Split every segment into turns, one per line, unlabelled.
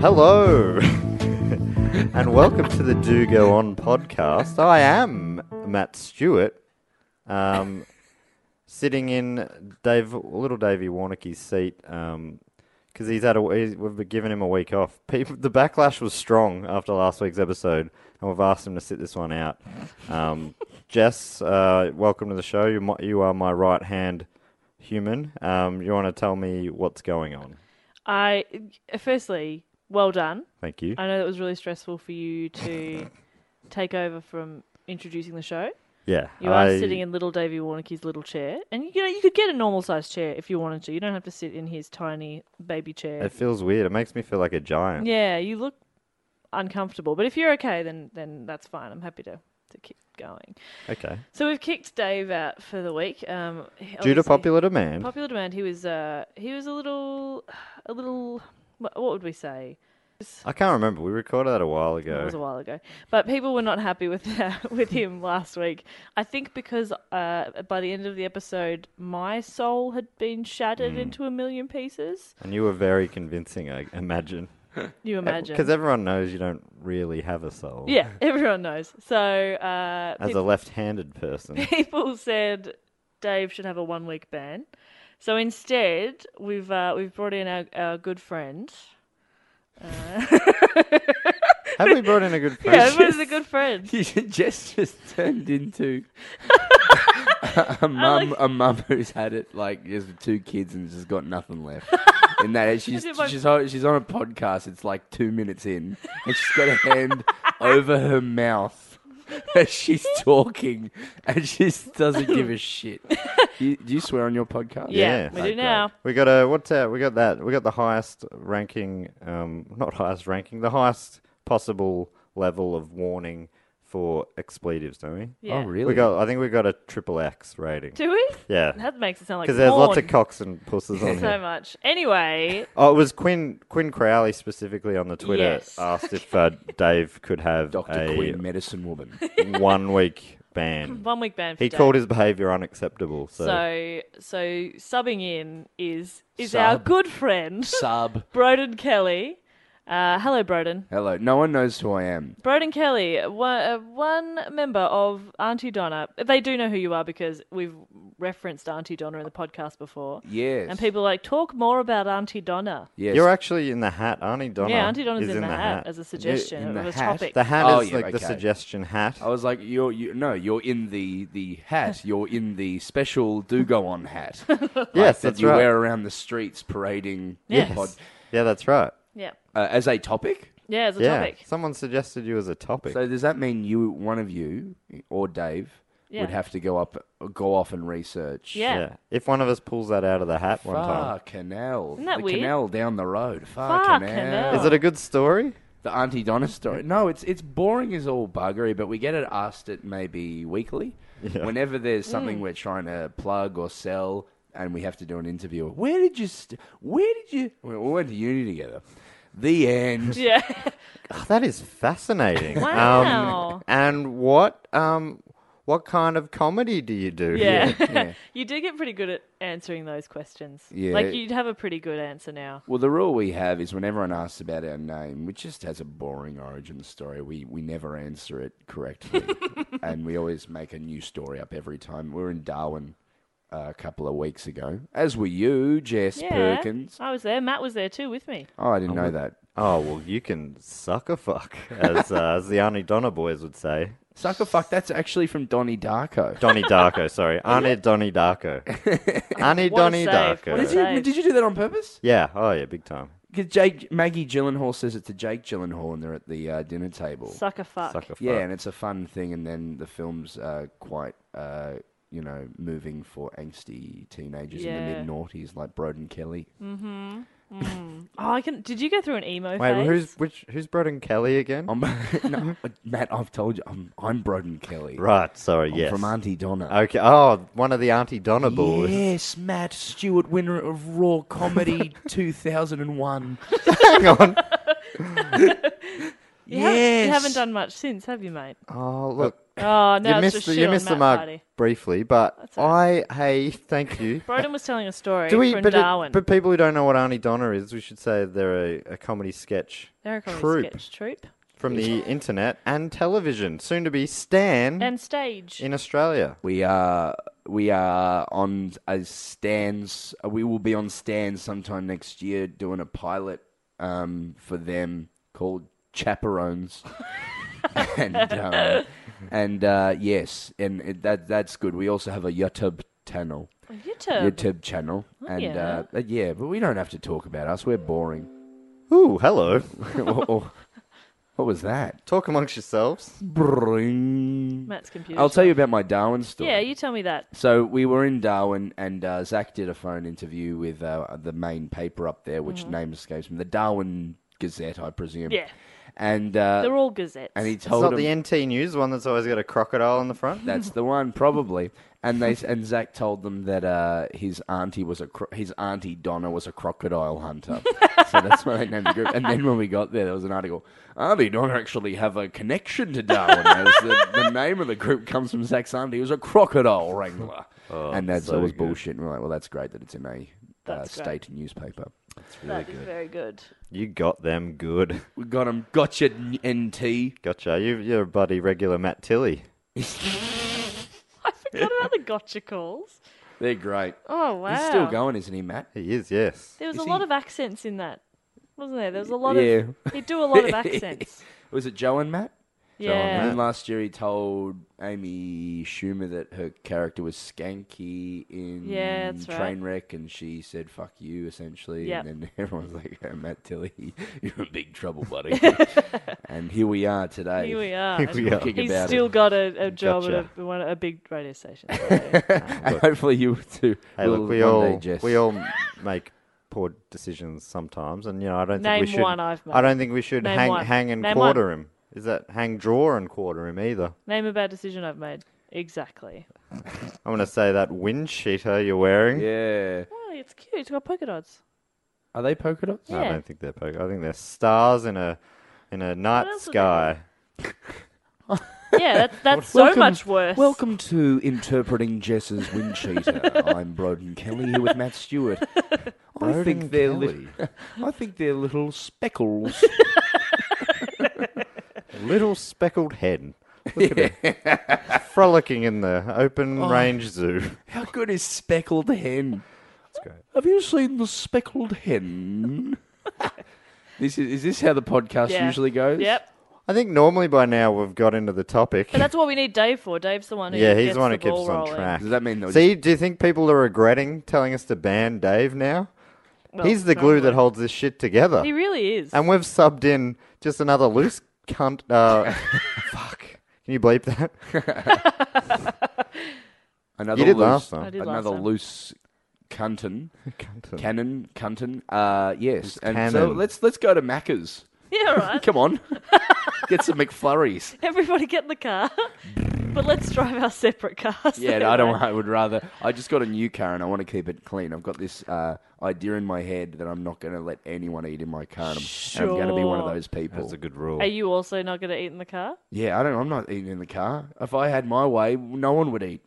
Hello, and welcome to the Do Go On podcast. I am Matt Stewart, um, sitting in Dave, little Davey Warnicky's seat because he's had a he's, we've been giving him a week off. People, the backlash was strong after last week's episode, and we've asked him to sit this one out. Um, Jess, uh, welcome to the show. You mi- you are my right hand human. Um, you want to tell me what's going on?
I firstly, well done.
Thank you.
I know that was really stressful for you to take over from introducing the show.
yeah,
You are
I-
sitting in little Davy Warnicky's little chair, and you know you could get a normal sized chair if you wanted to. You don't have to sit in his tiny baby chair.
It feels weird. It makes me feel like a giant.
yeah, you look uncomfortable, but if you're okay, then then that's fine. I'm happy to to keep going.
Okay.
So we've kicked Dave out for the week. Um, he-
Due to
obviously-
popular demand,
Popular demand. He was uh he was a little a little what what would we say?
I can't remember. We recorded that a while
That was a
ago.
while ago. But people were not happy with that, with him last week. I think because uh, by the end of the episode, my soul had been
Mm.
shattered into a million pieces.
And you were very convincing, I imagine.
You imagine?
Because Uh, everyone knows you don't really have a soul.
yeah, everyone knows. So uh,
As
peop-
a left handed person.
people said Dave should have a one week ban. So instead, we've uh, we've brought in our, our good friend.
have we brought in a good
Yeah,
person?
everyone's a good friend.
Oh,
Jess just turned into a mum, a mum who's had it like just with two kids and just got nothing left. And that she's
did my-
she's on, she's on a podcast. It's like two minutes in, and she's got a hand over her mouth as she's talking, and she just doesn't give a shit. You, do you swear on your podcast?
Yeah.
we
Okay.
do now.
We got a what's that? We got that. We got the highest ranking, um, not highest ranking, the highest possible level of warning for expletives, don't we?
Yeah.
Oh, really?
We got. I think we got a triple X rating.
Do we?
Yeah,
That makes it sound like
because there's lots of
porn.
cocks and pusses on here.
so much. Anyway,
Oh, it was Quinn Quinn Crowley specifically on the Twitter
Yes.
asked if uh, Dave could have
Doctor
a
Quinn, medicine woman.
one week ban.
One week ban. For
He
Dave.
called his behaviour unacceptable. So,
So so subbing in is is our
Sub.
good friend
Sub.
Broden Kelly. Uh, hello, Broden.
Hello. No one knows who I am.
Broden Kelly, one, uh, one member of Auntie Donna. They do know who you are because we've referenced Auntie Donna in the podcast before.
Yes.
And people are like talk more about Auntie Donna.
Yes.
you're actually in the hat. Auntie Donna.
yeah, Auntie Donna's
is
in, the, hat, as a suggestion
in the
of a
hat?
topic.
The hat
Oh,
is
yeah,
like the
okay.
suggestion hat.
I was like, you're you, no, you're in the the hat. You're in the special do go on hat. Like,
Yes,
that
that's
you
right.
wear around the streets parading. the
Yes.
pod-
Yeah, that's right.
yeah,
uh, as a topic.
yeah, as a
yeah,
topic.
someone suggested you as a topic.
So does that mean you, one of you, or Dave,
Yeah.
would have to go up, go off and research?
Yeah.
If one of us pulls that out of the hat one time,
Far canal.
Isn't that
the
weird?
canal down the road. Far,
Far
canal.
canal.
is it a good story?
The Auntie Donna story. No, it's it's boring as all buggery, but we get it asked it maybe weekly. Whenever there's something we're trying to plug or sell, and we have to do an interview. Where did you? St- where did you? We we went to uni together. The end.
Yeah.
Oh, that is fascinating.
Wow.
Um, and what um, what kind of comedy do you do?
Yeah.
yeah.
you do get pretty good at answering those questions.
Yeah.
Like you'd have a pretty good answer now.
Well, the rule we have is when everyone asks about our name, which just has a boring origin story, we, we never answer it correctly. and we always make a new story up every time. We were in Darwin uh, a couple of weeks ago, as were you, Jess
Yeah.
Perkins.
I was there. Matt was there too with me.
Oh, I didn't know that.
Oh well, you can suck a fuck, as uh, as the Arnie Donna boys would say.
Sucker fuck, that's actually from Donnie Darko.
Donnie Darko, sorry, Arnie Donnie Darko, Arnie
What a
Donnie
save.
Darko.
What a
Did you, did you do that on purpose?
Yeah, oh yeah, big time.
Because Jake Maggie Gyllenhaal says it to Jake Gyllenhaal, and they're at the uh, dinner table.
Sucker fuck.
Suck a fuck.
Yeah, and it's a fun thing, and then the film's uh, quite, uh, you know, moving for angsty teenagers in the
Yeah.
mid noughties like Broden Kelly.
Oh, I can. Did you go through an emo
Wait,
phase?
who's which? Who's Broden Kelly again?
I'm, no, Matt, I've told you, I'm, I'm Broden Kelly.
right, sorry,
I'm
yes.
From Auntie Donna.
okay, oh, one of the Auntie Donna boys.
Yes, Matt Stewart, winner of Raw Comedy 2001.
Hang on.
You, haven't,
yes.
you haven't done much since, have you, mate?
Oh look,
Oh,
you
now it's
missed
just
the,
shit
you
on
missed the
Matt
mark
Party.
briefly, but I hey, thank you.
Broden was telling a story
Do we,
from
but, it-
Darwin.
but people who don't know what Arnie Donna is, we should say they're a, a comedy sketch
They're a comedy
troupe
sketch troupe
from the internet and television, soon to be Stan
and stage.
in Australia.
We are we are on a stands. We will be on stands sometime next year doing a pilot um, for them called Chaperones. and um, and uh, yes, and it, that that's good. We also have a YouTube channel,
On YouTube.
YouTube channel, and
Oh, yeah.
Uh, but yeah, but we don't have to talk about us. We're boring.
Ooh, hello.
what was that?
Talk amongst yourselves.
Boring.
Matt's computer.
I'll tell you about my Darwin story.
Yeah, you tell me that.
So we were in Darwin, and uh, Zach did a phone interview with uh, the main paper up there, which name escapes me, the Darwin Gazette, I presume.
Yeah.
And uh,
They're all gazettes.
and he
It's
told
not
him
the NT News one that's always got a crocodile in the front.
that's the one probably. And they and Zach told them that uh, his auntie was a cro- his auntie Donna was a crocodile hunter. so that's why they named the group. And then when we got there, there was an article. Auntie Donna actually have a connection to Darwin. as the, the name of the group comes from Zach's auntie, who was a crocodile wrangler. and that's
so
always
good.
bullshit. And we're like, well, that's great that it's in a uh,
That's great.
state newspaper.
That is very good.
You got them good.
We got him. Gotcha, NT.
Gotcha. You, you're a buddy regular Matt Tilly.
I forgot about the gotcha calls.
They're great.
Oh wow.
He's still going, isn't he, Matt?
He is, yes.
There was
Is
a
he-
lot of accents in that, wasn't there? There was a lot of.
Yeah.
He'd do a lot of accents.
Was it Joe and Matt? And
yeah.
then last year he told Amy Schumer that her character was skanky in
Yeah, that's right.
Trainwreck, and she said "fuck you" essentially.
Yep.
And then everyone's like, oh, "Matt Tilly, you're in big trouble, buddy." and here we are today.
Here we are.
Here we are.
Talking
He's
about
still
it.
got a, a job
Gotcha.
at a, one, a big radio station.
And hopefully you too.
Hey,
will
look, we
one
all
day, Jess.
we all make poor decisions sometimes, and you know I don't
Name
think we should.
one I've made.
I don't think we should
Name
hang
one.
hang and
Name
quarter
one.
him. Is that hang draw and quarter him either?
Name a bad decision I've made. Exactly.
I'm gonna say that wind cheater you're wearing.
Yeah.
Oh, it's cute. It's got polka dots.
Are they polka dots?
No, I don't think they're poker. I think they're stars in a in a night
else would they
sky.
Yeah, that, that's so
Welcome-
much worse.
Welcome to Interpreting Jess's Wind Cheater. I'm Broden Kelly here with Matt Stewart. I think they're li- I think they're little speckles.
Little speckled hen. Look at it. Frolicking in the open
Oh.
range zoo.
How good is speckled hen? Have you seen the speckled hen? this is, is this how the podcast
Yeah.
usually goes?
Yep.
I think normally by now we've got into the topic.
But that's what we need Dave for. Dave's the one who
Yeah, he's
gets
the one who keeps
ball
us on
rolling.
track.
Does that mean they'll
See, do you think people are regretting telling us to ban Dave now?
Well,
He's the glue
probably.
that holds this shit together.
He really is.
And we've subbed in just another loose cunt. Uh, fuck. Can you bleep that?
Another
You did
loose,
last time.
I did
another
last time.
loose cunton,
Cunt.
cannon, cunton. Uh, yes, and so
cannon.
let's let's go to Macca's.
yeah, all right.
Come on, get some McFlurries.
Everybody get in the car. but let's drive our separate cars.
Yeah, no, I don't.
anyway.
I would rather. I just got a new car and I want to keep it clean. I've got this uh, idea in my head that I'm not going to let anyone eat in my car. And I'm, and I'm going to be one of
Sure.
those people.
That's a good rule.
Are you also not going to eat in the car?
Yeah, I don't. I'm not eating in the car. If I had my way, no one would eat.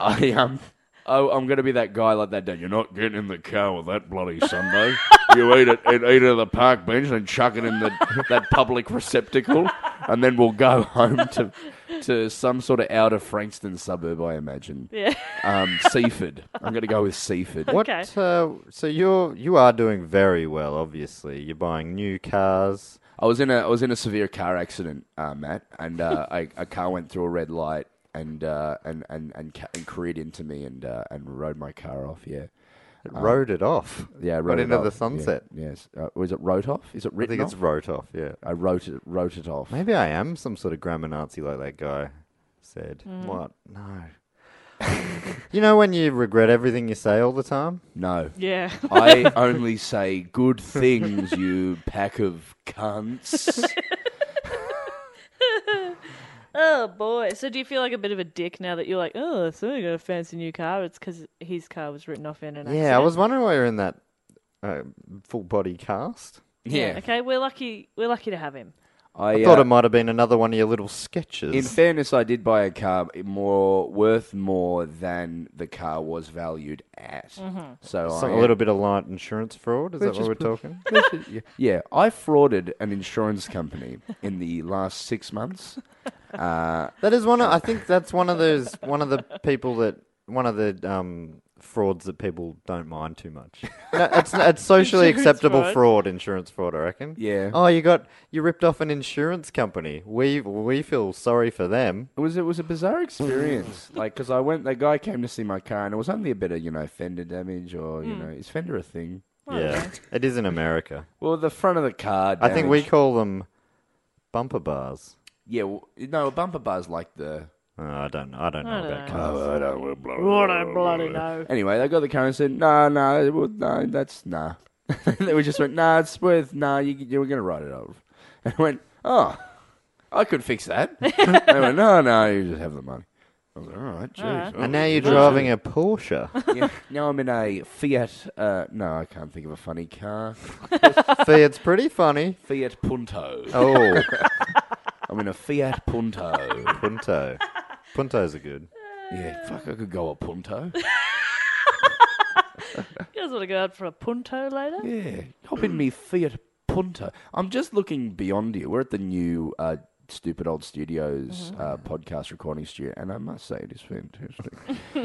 I um, I, I'm going to be that guy like that dad. You're not getting in the car with that bloody Sunday. you eat it and eat it at the park bench and chuck it in the that public receptacle, and then we'll go home to to some sort of outer Frankston suburb, I imagine.
Yeah.
Um, Seaford. I'm going to go with Seaford.
What?
Okay.
Uh, so you're you are doing very well. Obviously, you're buying new cars.
I was in a I was in a severe car accident, uh, Matt, and uh, I, a car went through a red light and uh, and and and, ca- and careered into me and uh, and rode my car off. Yeah,
It rode it off.
Uh, yeah, I
Got
rode it
into the
off, yeah,
sunset.
Yes, uh, was it wrote off? Is it
I
written
think it's
off?
wrote off. Yeah.
I wrote it wrote it off.
Maybe I am some sort of grammar Nazi like that guy said.
Mm.
What? No. you know when you regret everything you say all the time?
No,
Yeah.
I only say good things, you pack of cunts.
oh boy. So do you feel like a bit of a dick now that you're like, oh, so I got a fancy new car? It's because his car was written off in an accident.
Yeah, I was wondering why you're in that uh, full body cast.
yeah,
Okay, we're lucky. We're lucky to have him.
I
uh,
thought it might have been another one of your little sketches.
In fairness, I did buy a car more worth more than the car was valued at. So
Some-
I
a little bit of light insurance fraud. Is that
Let's
what Oh, we're
just
talking?
yeah. yeah, I frauded an insurance company in the last six months. Uh,
That is one. Of, I think that's one of those. One of the people that. One of the um, frauds that people don't mind too much. No, it's it's socially
Insurance
acceptable
fraud.
fraud. insurance fraud. I reckon.
Yeah.
Oh, you got you ripped off an insurance company. We we feel sorry for them.
it was it was a bizarre experience. like, because I went, the guy came to see my car, and it was only a bit of you know fender damage, or you know, is fender a thing?
yeah. It is in America.
Well, the front of the car.
I think we
damage-
call them bumper bars.
Yeah, well, no, a bumper bar's like the.
Oh, I don't. I don't know about cars.
I don't
I don't bloody know.
Anyway, they got the car and said, "No, no, well, no, that's nah." they just went, "Nah, it's worth nah." You, you were going to write it off. And I went, "Oh, I could fix that." they went, "No, no, you just have the money." I was like, "All right, jeez."
Oh,
And now you're driving a Porsche.
Yeah, now I'm in a Fiat. Uh, no, I can't think of a funny car.
See, it's pretty funny.
Fiat Punto.
Oh,
I'm in a Fiat Punto.
Punto. Puntos are good.
yeah, fuck, I could go a Punto.
You guys want to go out for a punto later?
Yeah, hop in me Fiat Punto. I'm just looking beyond you. We're at the new uh, Stupid Old Studios
Mm-hmm.
uh, podcast recording studio, and I must say it is fantastic.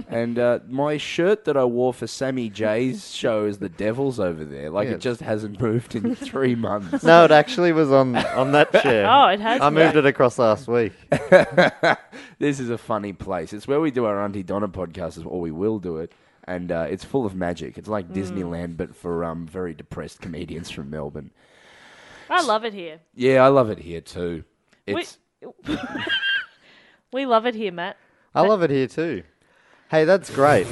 and uh, my shirt that I wore for Sammy J's show is the Devils over there. Like it
Yes.
just hasn't moved in three months.
No, it actually was on on that chair.
Oh, it has.
I moved it across last week.
this is a funny place. It's where we do our Auntie Donna podcast, or we will do it. And uh, it's full of magic. It's like
Mm.
Disneyland, but for um, very depressed comedians from Melbourne.
I love it here.
Yeah, I love it here too.
We,
It's
we love it here, Matt.
I love it here too. Hey, that's great.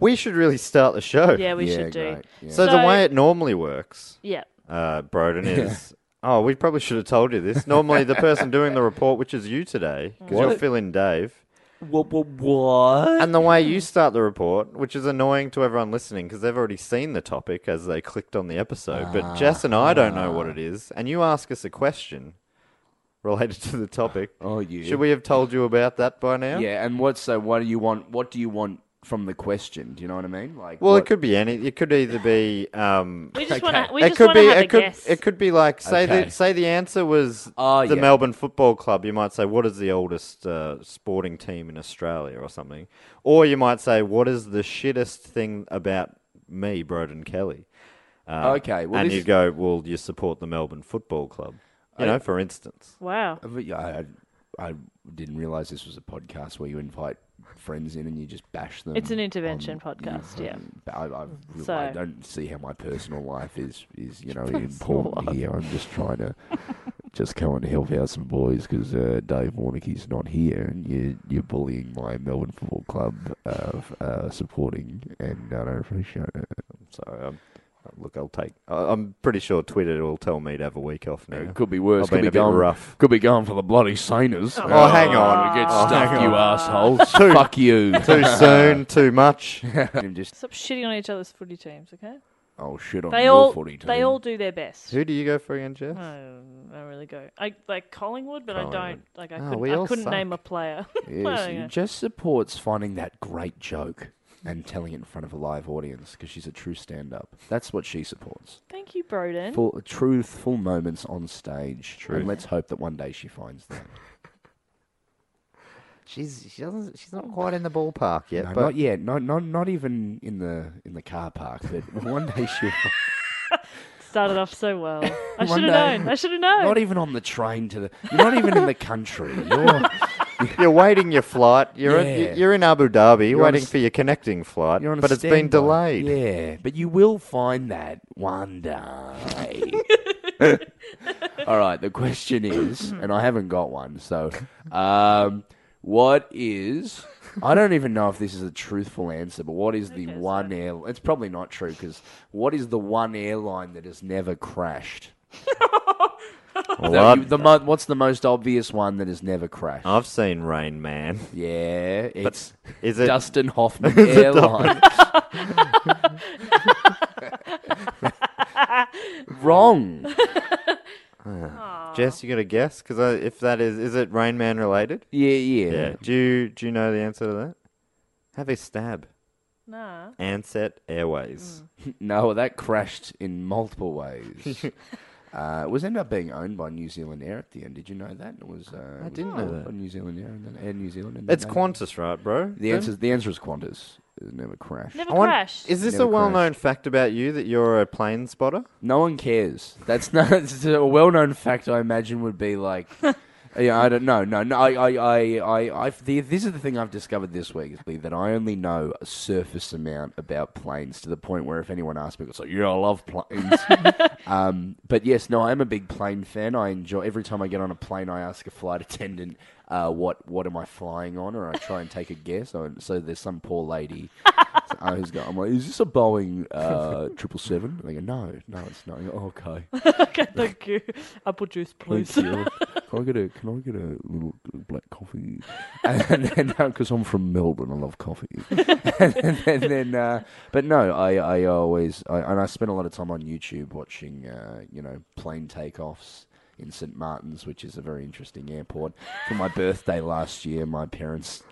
We should really start the show.
Yeah, we
Yeah,
should do.
great, yeah.
So, the
So-
way it normally works,
Yeah.
uh, Broden, is oh, we probably should have told you this. Normally, the person doing the report, which is you today, because you're
What?
filling Dave,
What? What? what?
and the way you start the report, which is annoying to everyone listening because they've already seen the topic as they
Ah.
clicked on the episode, but Jess and I don't know what it is, and you ask us a question, related to the topic.
Oh, you.
Should we have told you about that by now?
Yeah, and what? So, what do you want? What do you want from the question? Do you know what I mean? Like,
Well,
what-
it could be any. It could either be. Um,
We just want to. We
it
just
could
want
be.
to have a
It could.
guess.
It could be like say
Okay.
the say the answer was
Oh,
the
yeah.
Melbourne Football Club. You might say what is the oldest uh, sporting team in Australia or something, or you might say what is the shittest thing about me, Broden Kelly. Uh,
Okay, well,
and
this- Oh,
you go well. You support the Melbourne Football Club. You know, for instance.
wow.
I, I, I didn't realize this was a podcast where you invite friends in and you just bash them.
It's an intervention
on-
podcast, yeah.
But I, I, really,
So-
I don't see how my personal life is is you know important here. I'm just trying to just come and help out some boys because uh, Dave Warnicky's not here, and you you're bullying my Melbourne Football Club of uh, supporting, and I don't appreciate it.
So um, look, I'll take. I- I'm pretty sure Twitter will tell me to have a week off now.
It could be worse.
I've
could
been
be
a bit
going
rough.
Could be going for the bloody Saners.
Oh, hang on.
get
Oh, hang
stuffed, you
on.
assholes.
Two-
Fuck you.
Too soon, too much.
I'm just
Stop shitting on each other's footy teams, okay?
oh shit on
They
your
all.
footy team.
They all do their best.
Who do you go for again, Jeff?
I don't, I don't really go. I like Collingwood, but I don't
Collingwood.
like. I
Ah, we
couldn't,
all
I couldn't
suck.
name a player.
Yes,
Well, yeah.
Jess supports finding that great joke and telling it in front of a live audience because she's a true stand-up. That's what she supports.
Thank you, Broden.
Full truthful moments on stage. True.
Truth.
And let's hope that one day she finds that.
She's she doesn't she's not quite in the ballpark yet.
No,
but
not yet. Not not not even in the in the car park. But one day she'll. fi-
Started off so well. I
One
should have
day.
known. I should have known.
Not even on the train to the. You're not even in the country. You're,
you're waiting your flight. You're
Yeah.
in, you're in Abu Dhabi
You're on a
waiting
s-
for your connecting flight,
you're on a
but it's been
standby.
delayed.
Yeah, but you will find that one day. All right. The question is, and I haven't got one. So, um, what is? I don't even know if this is a truthful answer, but what is the one air? It's probably not true because what is the one airline that has never crashed?
Well,
The-
I've,
the mo- what's the most obvious one that has never crashed?
I've seen Rain Man.
Yeah, it's
Is it?
Dustin Hoffman Airline. Wrong.
Jess, you got a guess? Because if that is, is it Rain Man related?
Yeah, yeah.
Yeah. Do you do you know the answer to that? Have a stab.
Nah. Mm.
Ansett Airways.
No, that crashed in multiple ways. uh, it was ended up being owned by New Zealand Air at the end. Did you know that? It was. Uh, I
didn't know that.
By New Zealand Air and then Air New Zealand. And
It's
then-
Qantas, right, bro?
The answer. The answer is Qantas. It never crashed.
Never
I want-
crashed.
Is this
Never
a well-known fact about you that you're a plane spotter?
No one cares. That's not it's a well-known fact. I imagine would be like, yeah, I don't know. No, no. I, I, I, I, I the, this is the thing I've discovered this week is that I only know a surface amount about planes to the point where if anyone asks me, it's like, yeah, I love planes. um, but yes, no, I am a big plane fan. I enjoy every time I get on a plane. I ask a flight attendant. Uh, what what am I flying on? Or I try and take a guess. So, so there's some poor lady I was going, I'm like, is this a Boeing uh, 777? And they go, no, no, it's not. I go, "Oh, okay.
Thank you. Apple juice, please.
Thank you. Can I get a Can I get a little black coffee? And then because I'm from Melbourne, I love coffee. and then, then, uh, but no, I I always I, and I spend a lot of time on YouTube watching uh, you know plane takeoffs in St Martin's, which is a very interesting airport. For my birthday last year, my parents.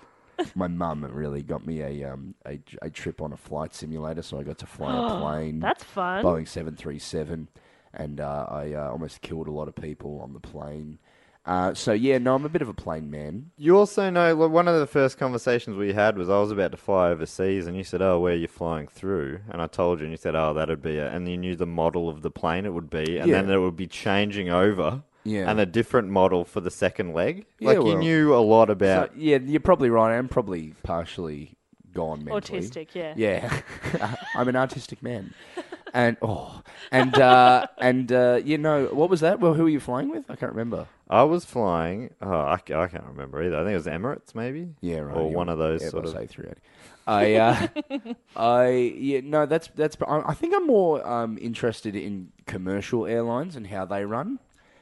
My mum really got me a um a, a trip on a flight simulator, so I got to fly a plane.
That's fun.
Boeing 737, and uh, I uh, almost killed a lot of people on the plane. Uh, so yeah, no, I'm a bit of a plane man.
You also know like, one of the first conversations we had was I was about to fly overseas, and you said, "Oh, where are you flying through?" And I told you, and you said, "Oh, that'd be," a, and you knew the model of the plane it would be, and
Yeah.
then it would be changing over,
Yeah.
and a different model for the second leg.
Yeah,
like
well-
you knew a lot
So,
about.
yeah, you're probably right. I'm probably partially gone mentally.
Autistic, yeah.
Yeah, I'm an artistic man, and oh, and uh, and uh, you know what was that? Well, who were you flying with? I can't remember.
I was flying. Oh, I, ca- I can't remember either. I think it was Emirates, maybe.
Yeah, right.
Or
you
one
were
of those
Airbus
sort of.
A380. I, uh, I, yeah, no, that's that's. I I think I'm more um, interested in commercial airlines and how they run.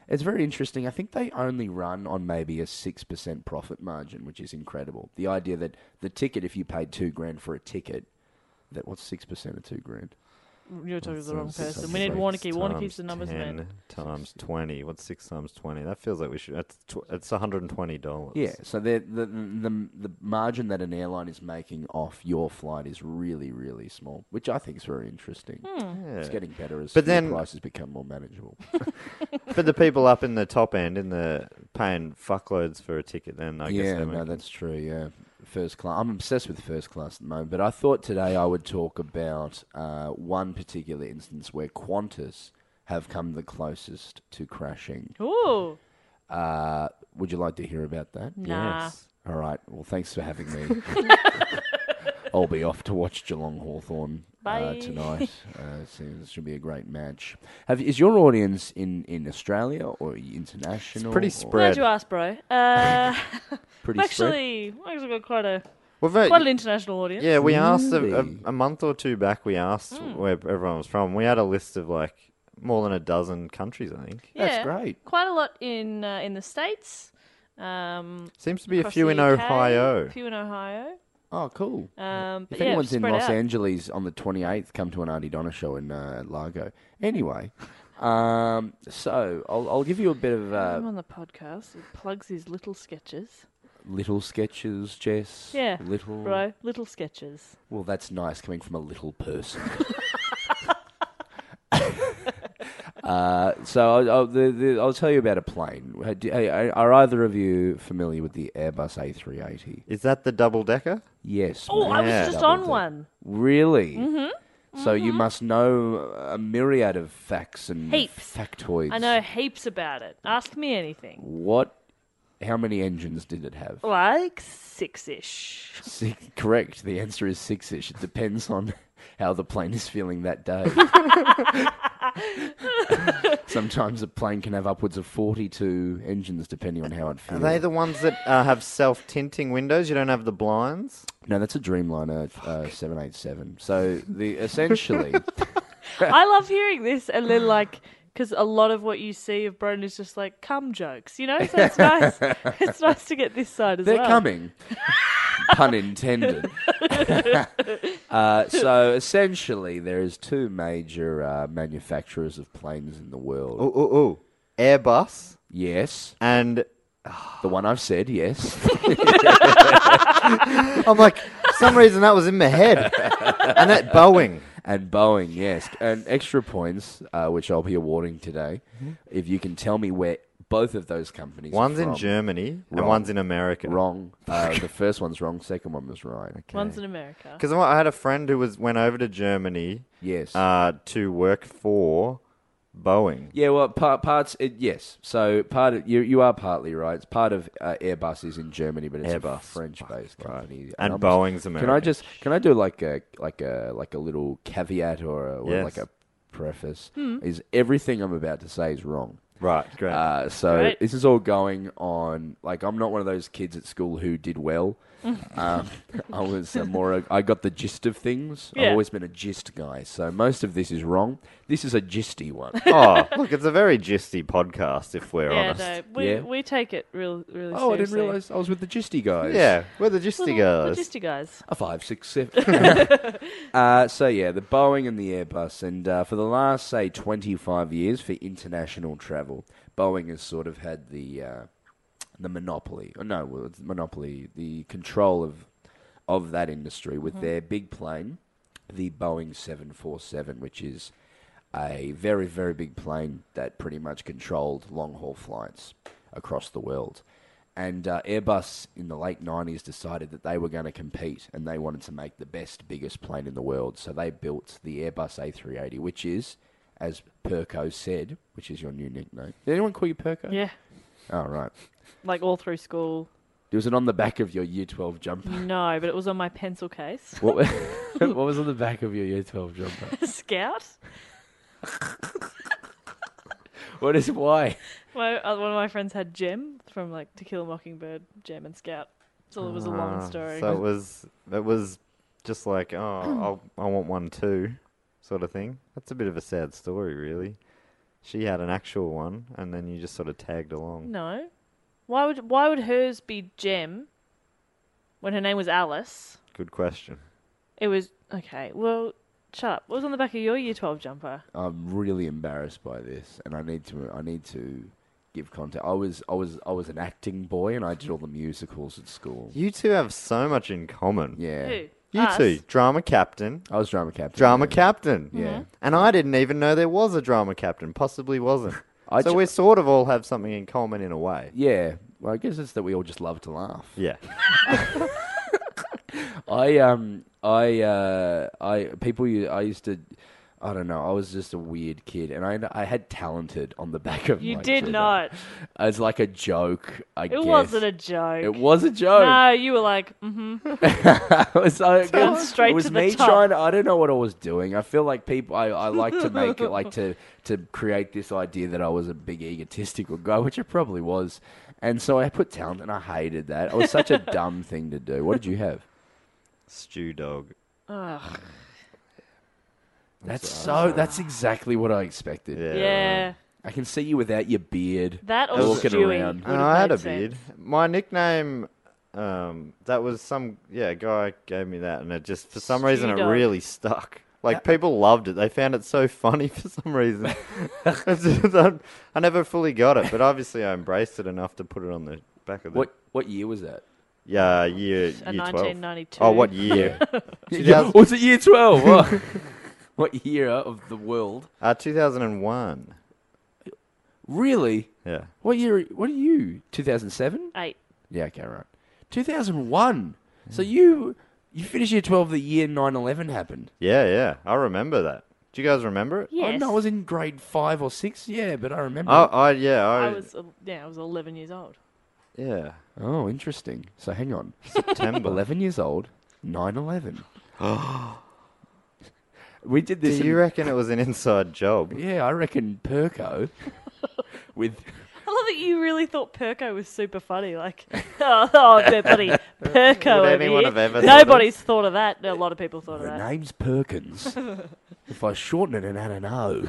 It's very interesting. I think they only run on maybe a six percent profit margin, which is incredible. The idea that the ticket, if you paid two grand for a ticket, that what's six percent of two grand?
You're talking to the wrong
Six
person. We need Warnicky.
times
Warnicky's the numbers
10
man.
Times twenty. What's six times twenty? That feels like we should. That's tw- it's one hundred and twenty dollars.
Yeah, so the, the the the margin that an airline is making off your flight is really really small, which I think is very interesting. It's getting better as
But
fuel
then-
prices become more manageable.
For the people up in the top end, in the paying fuckloads for a ticket, then I guess
yeah,
they
no,
won't-
that's true. Yeah, first class. I'm obsessed with first class at the moment. But I thought today I would talk about uh, one particular instance where Qantas have come the closest to crashing.
Ooh.
Uh, would you like to hear about that?
Nah.
Yes.
All right. Well, thanks for having me. I'll be off to watch Geelong Hawthorn uh,
Bye.
tonight. Uh, seems should be a great match. Have, is your audience in, in Australia or international?
pretty
or-
spread.
Glad you asked, bro. Uh,
Pretty spread.
actually, I've actually got quite a
Well, very-
quite an international audience.
Yeah, we asked a, a,
Really?
a month or two back. We asked
Hmm.
where everyone was from. We had a list of like more than a dozen countries. I think
That's
Yeah,
great.
Quite a lot in uh, in the states. Um,
seems to be a
across
few
the
in
UK,
Ohio.
A few in Ohio.
Oh, cool.
Um, but
If
yeah,
anyone's in
spread
Los
out.
Angeles on the 28th, come to an Auntie Donna show in uh, Largo. Anyway, um, so I'll, I'll give you a bit of
I'm
uh,
on the podcast. He plugs his little sketches.
little sketches, Jess.
Yeah,
Little.
bro, little sketches.
Well, that's nice coming from a little person. uh, so I, I, the, the, I'll tell you about a plane. Uh, do- hey, uh, Are either of you familiar with the Airbus A380?
Is that the double decker?
Yes.
Oh, I
Yeah.
was just
Double
on
deck.
one.
Really? Mm-hmm. So you must know a myriad of facts and
Heaps.
factoids.
I know heaps about it. Ask me anything.
What? How many engines did it have?
Like six ish.
Six, correct. The answer is six-ish. It depends on how the plane is feeling that day. Sometimes a plane can have upwards of forty-two engines, depending on how it
Are
feels.
they the ones that uh, have self tinting windows? You don't have the blinds.
No, that's a Dreamliner uh, seven eight seven. So the essentially.
I love hearing this, and then like, because a lot of what you see of Broden is just like cum jokes, you know. So it's nice. it's nice to get this side as
They're
well.
coming. Pun intended. uh, so essentially, there is two major uh, manufacturers of planes in the world.
Ooh, ooh, ooh. Airbus
Yes,
and
the one I've said. Yes,
I'm like, for some reason that was in my head. And that Boeing.
and Boeing. Yes, and extra points, uh, which I'll be awarding today, if you can tell me where both of those companies.
Mm-hmm.
are
One's in
from.
Germany and
Wrong.
one's in America.
Wrong. Uh, the first one's wrong. Second one was right. Okay.
One's in America.
Because I had a friend who was went over to Germany
Yes.
uh, to work for Boeing.
Yeah, well, part, parts. It, yes, so part of you you are partly right. It's part of uh, Airbus is in Germany, but it's a
Airbus,
French-based company,
And
I'm
Boeing's
just- Can I
American.
just can I do like a like a like a little caveat or, a, or
Yes. Hmm.
like a preface? Is everything I'm about to say is wrong?
Right, great.
Uh, so
Right.
this is all going on. Like I'm not one of those kids at school who did well. um, I was a more. I got the gist of things. I've
Yeah.
always been a gist guy. So most of this is wrong. This is a gisty one.
oh, look, it's a very gisty podcast if we're
yeah,
honest.
no, we
Yeah.
we take it real really.
Oh, I didn't
seriously.
realize I was with the Gisty guys.
Yeah, we're the
Little
gisty guys.
logistic guys.
A five, six, seven. uh, so, yeah, the Boeing and the Airbus. And uh, for the last, say, 25 years for international travel, Boeing has sort of had the, uh, the monopoly. Or no, well, it's monopoly, the control of, of that industry with their big plane, the Boeing 747, which is a very, very big plane that pretty much controlled long haul flights across the world. And uh, Airbus in the late 90s decided that they were going to compete and they wanted to make the best, biggest plane in the world. So they built the Airbus A380, which is, as Perko said, which is your new nickname. Did anyone call you Perko?
Yeah,
Oh, right.
like all through school.
Was it on the back of your Year 12 jumper?
No, but it was on my pencil case.
what, what was on the back of your Year 12 jumper?
Scout.
What is why?
My uh, one of my friends had Gem from like To Kill a Mockingbird, Gem and Scout. So it was a long story.
Ah, So it was, it was just like, oh, I'll, I want one too, sort of thing. That's a bit of a sad story, really. She had an actual one, and then you just sort of tagged along.
No, why would why would hers be Gem when her name was Alice?
Good question.
It was okay. Well, Shut up. What was on the back of your year 12 jumper?
I'm really embarrassed by this, and I need to. I need to give context. I was, I was, I was an acting boy, and I did all the musicals at school.
You two have so much in common.
Yeah,
Who?
You
Us?
two, drama captain,
I was drama captain.
drama
yeah.
captain.
Mm-hmm.
Yeah.
And I didn't even know there was a drama captain. Possibly wasn't.
I
so
ju-
we sort of all have something in common in a way.
Yeah, well, I guess it's that we all just love to laugh.
Yeah.
I um I uh I people u- I used to I don't know I was just a weird kid and I I had talented on the back of
You
my
did
jumper.
not.
as like a joke I
It wasn't a joke.
it was a joke
No, you were like, mm-hmm.
it was, I,
Gone straight
it was
to the
me
top.
trying to, I don't know what I was doing I feel like people I, I like to make it like to to create this idea that I was a big egotistical guy which I probably was and so I put talent and I hated that it was such a dumb thing to do what did you have
Stew dog.
That's so. That's exactly what I expected.
Yeah.
yeah.
I can see you without your beard.
That or
Walking
Stewie.
around.
would
And
have
I had
made
a beard.
sense.
My nickname, um, that was some yeah guy gave me that, and it just for some reason it
Stew dog.
really stuck.
Uh,
Like people loved it. They found it so funny for some reason. It's just- I I never fully got it, but obviously I embraced it enough to put it on the back of the
What What year was that?
yeah year, year twelve.
1992.
Oh, what year?
Yeah, Oh. was it year twelve? What? what year of the world?
uh, two thousand and one.
Really?
Yeah.
What year? What are you? Two thousand seven?
Eight.
Yeah. Okay. Right. Two thousand one. So you you finished year twelve the year 9-11 happened.
Yeah, yeah. I remember that. Do you guys remember it?
Yes.
I, no, I was in grade five or six. Yeah, but I remember.
Oh, I yeah, I,
I was, el- yeah, I was 11 years old.
yeah.
oh interesting. So hang on.
September.
11 years old, 9 11. we did
Do
this. in-
you reckon it was an inside job?
yeah, I reckon Perko with.
I love that you really thought Perko was super funny. Like, oh, oh they're bloody Perko
Would
over
anyone
here.
have ever thought of-
Nobody's thought of that. A lot of people thought of
The
that.
name's Perkins. if I shorten it and add an O.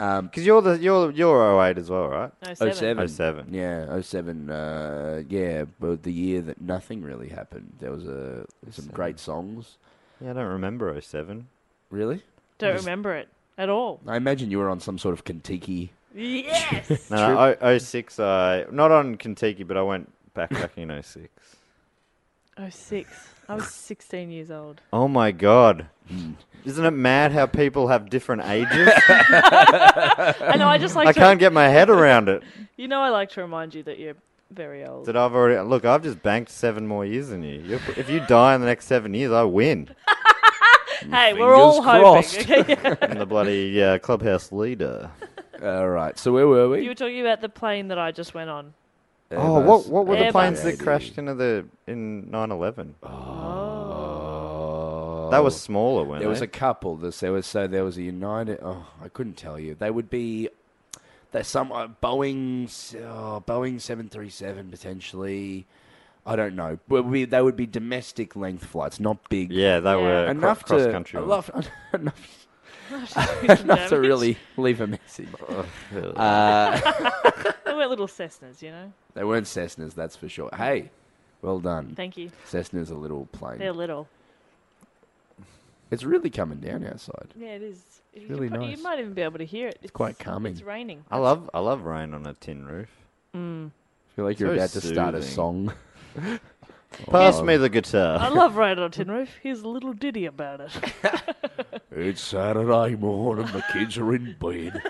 um,
Because you're the you're you're 08 as well, right?
No, seven.
07.
07.
Yeah, 07. Uh, yeah, but the year that nothing really happened. There was a, some great songs.
Yeah, I don't remember 07.
Really?
Don't remember it at all.
I imagine you were on some sort of Kentucky.
Yes.
No, oh, o, 06 I uh, not on Kentucky, but I went backpacking in 06.
Oh six. I was 16 years old.
Oh my god.
Hmm.
Isn't it mad how people have different ages?
I know. I just like
I
to.
can't get my head around it.
You know, I like to remind you that you're very old.
That I've already look. I've just banked seven more years than you. You're, if you die in the next seven years, I win.
hey, we're all
Fingers crossed.
hoping. Okay, yeah.
I'm the bloody uh, clubhouse leader.
All right, so where were we?
You were talking about the plane that I just went on.
Oh, what what were the
Airbus.
planes that crashed into the in 9/11?
Oh.
That was smaller, weren't
There was
they?
a couple. This there was so there was a United. Oh, I couldn't tell you. They would be. There's some uh, Boeing, s- oh, Boeing seven three seven potentially. I don't know. But we, they would be domestic length flights, not big.
yeah, they
Yeah.
were
enough
cross
to
country.
enough, enough, enough
Damage.
to really leave a message.
Oh,
Uh,
They were little Cessnas, you know.
They weren't Cessnas, that's for sure. Hey, well done.
Thank you.
Cessna's a little plane.
They're little.
It's really coming down outside.
Yeah, it is. you
really
could pro-
nice.
You might even be able to hear it. It's,
quite calming.
It's raining.
I love I love rain on a tin roof.
I feel like you're
So
about to start a
soothing.
song. Oh.
Pass me the
I
guitar.
love Rain on Tin Roof. Here's a little ditty about it.
It's Saturday morning, the kids are in bed.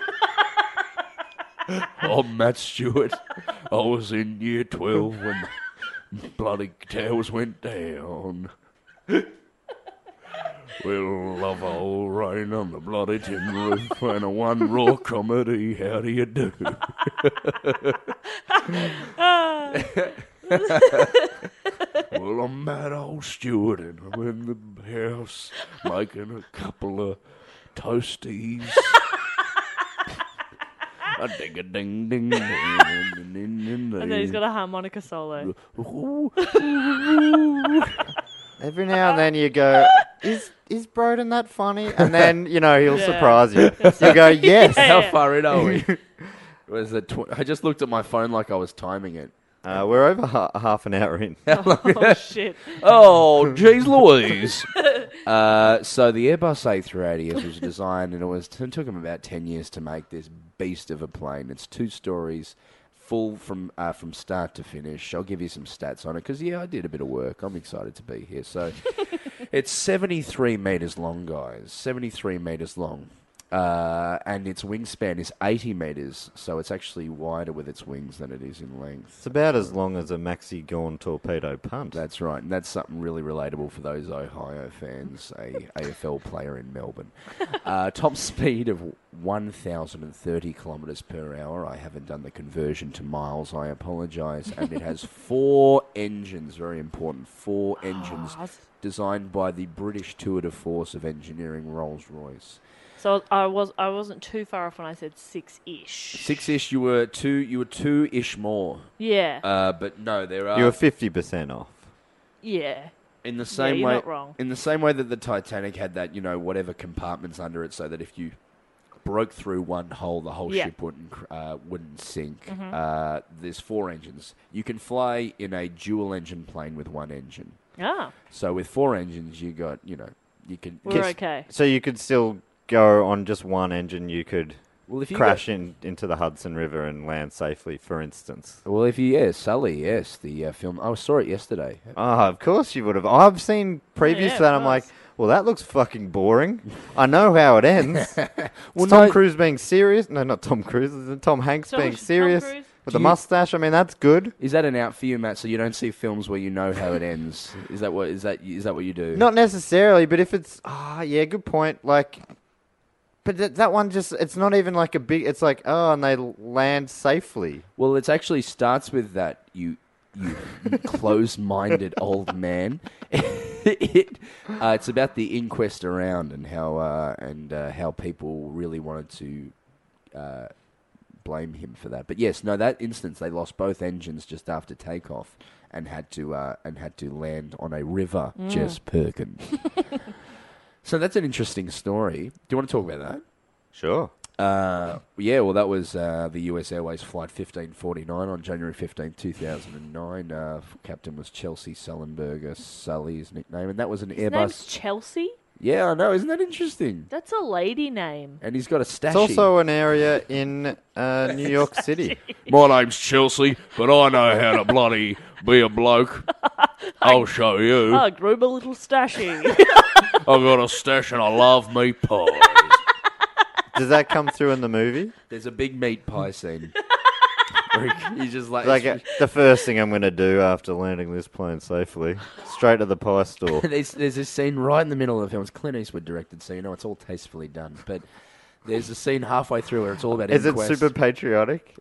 I'm Matt Stewart. I was in year 12 when the bloody towers went down. We'll love old rain on the bloody tin roof and a one raw comedy. How do you do? Well, I'm Matt Old Stewart, and I'm in the house making a couple of toasties. a ding a ding ding.
And then he's got a harmonica solo.
Every now and then you go, is is Broden that funny? And then you know he'll surprise you. You go, yes.
How
Yeah.
far in are we? It was a tw- I just looked at my phone like I was timing it.
Uh, we're over ha- half an hour in.
Oh shit!
Oh, geez Louise. uh, so the Airbus A380 was designed, and it was it took them about ten years to make this beast of a plane. It's two stories, full from uh, from start to finish. I'll give you some stats on it because yeah, I did a bit of work. I'm excited to be here. So it's 73 meters long, guys. 73 meters long. Uh, and its wingspan is 80 meters, so it's actually wider with its wings than it is in length.
It's about as long as a Maxi Gorn torpedo punt.
That's right, and that's something really relatable for those Ohio fans. a AFL player in Melbourne, uh, top speed of one thousand and thirty kilometres per hour. I haven't done the conversion to miles. I apologise, and it has four engines. Very important, four engines
Ah,
designed by the British tour de force of engineering Rolls Royce.
So I was I wasn't too far off when I said six ish.
Six ish. You were two. You were two ish more.
Yeah,
Uh, but no, there are
You were 50% off.
yeah.
In the same
you're
way,
not wrong.
in the same way that the Titanic had that, you know, whatever compartments under it, so that if you broke through one hole, the whole
Yeah. Mm-hmm.
ship wouldn't cr- uh, wouldn't sink. Uh, there's four engines. You can fly in a dual engine plane with one engine.
Ah,
So with four engines, you got, you know, you can
we're
Yes.
okay.
So you could still go on just one engine. You could
Well, if you
crash in, into the Hudson River and land safely, for instance.
Well, if you yes, Sully, yes, the uh, film. I saw it yesterday.
Ah, of course you would have. I've seen previews
yeah,
for that.
of
I'm like,
course.
well, that looks fucking boring. I know how it ends. It's Tom
no-
Cruise being serious. No, not Tom Cruise. it's Tom Hanks
Tom-
being
Tom
serious
Cruise?
with
Do
a
you-
mustache. I mean, that's good.
Is that an out for you, Matt? So you don't see films where you know how it ends? Is that what is that is that what you do?
Not necessarily, but if it's ah, yeah, good point. Like, but that, that one just—it's not even like a big. It's like oh, and they land safely.
Well, it actually starts with that you you close-minded old man. it, uh, it's about the inquest around and how uh, and uh, how people really wanted to uh, blame him for that. But yes, no, that instance they lost both engines just after takeoff and had to uh, and had to land on a river, Jess Perkins. so that's an interesting story. Do you want to talk about that?
Sure.
Uh, yeah, well, that was uh, the US Airways Flight 1549 on January 15, 2009. Uh, captain was Chelsea Sullenberger, Sully's nickname, and that was an
His name's
Airbus.
Chelsea.
yeah, I know, isn't that interesting?
That's a lady name.
And he's got a
It's
stash.
also an area in uh, New York City.
My name's Chelsea, but I know how to bloody be a bloke. I'll show you.
Oh, grew a little stashy.
I've got a stash and I love meat pies.
Does that come through in the movie?
There's a big meat pie scene. Where he- He's just like,
Like uh, the first thing I'm going to do after landing this plane safely, straight to the pie store.
there's there's a scene right in the middle of the film. It's Clint Eastwood directed, so you know it's all tastefully done. But there's a scene halfway through where it's all about
Is it
inquest.
super patriotic,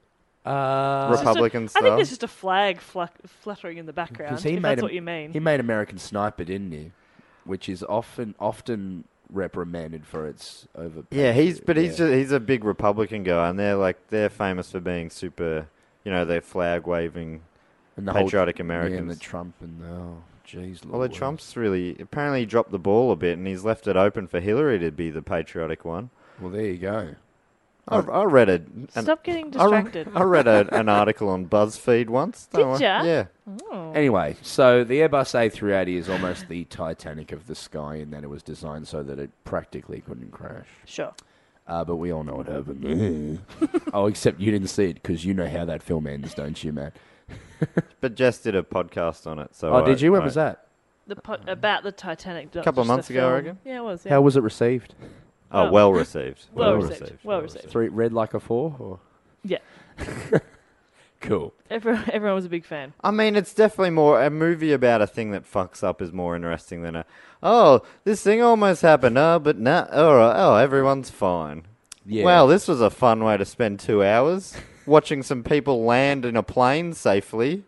Uh,
It's just a-
Republican
I think
style?
there's just a flag fla- fluttering in the background.
because he
if
made
that's
Am-
what you mean.
He made American Sniper, didn't he? Which is often often reprimanded for its over.
Yeah, he's but he's
yeah.
just, he's a big Republican guy, and they're like they're famous for being super. You know, they're flag waving.
And the whole-
patriotic
yeah, and the
Americans.
Trump and oh, jeez.
Although
Louise.
Trump's really apparently he dropped the ball a bit, and he's left it open for Hillary to be the patriotic one.
Well, there you go.
I,
Oh.
I read a an,
Stop getting
I re-
distracted.
I, read a, an article on BuzzFeed once. Don't
Did
I?
ya?
Yeah.
Oh.
Anyway, so the Airbus A380 is almost the Titanic of the sky in that it was designed so that it practically couldn't crash.
Sure.
Uh, but we all know what happened. oh, except you didn't see it because you know how that film ends, don't you, Matt?
But Jess did a podcast on it. So
Oh,
I-
did you? When
I-
was that?
The po- about the Titanic. A
Mm. Couple of months ago, I reckon.
Yeah, it was. Yeah.
How was it received?
Oh,
Oh.
well received.
well, received. Well received.
Three red like a four? Or?
Yeah.
Cool.
Everyone, everyone was a big fan.
I mean, it's definitely more a movie about a thing that fucks up is more interesting than a oh this thing almost happened. Oh, but now oh, oh everyone's fine.
Yeah.
Wow, this was a fun way to spend two hours watching some people land in a plane safely.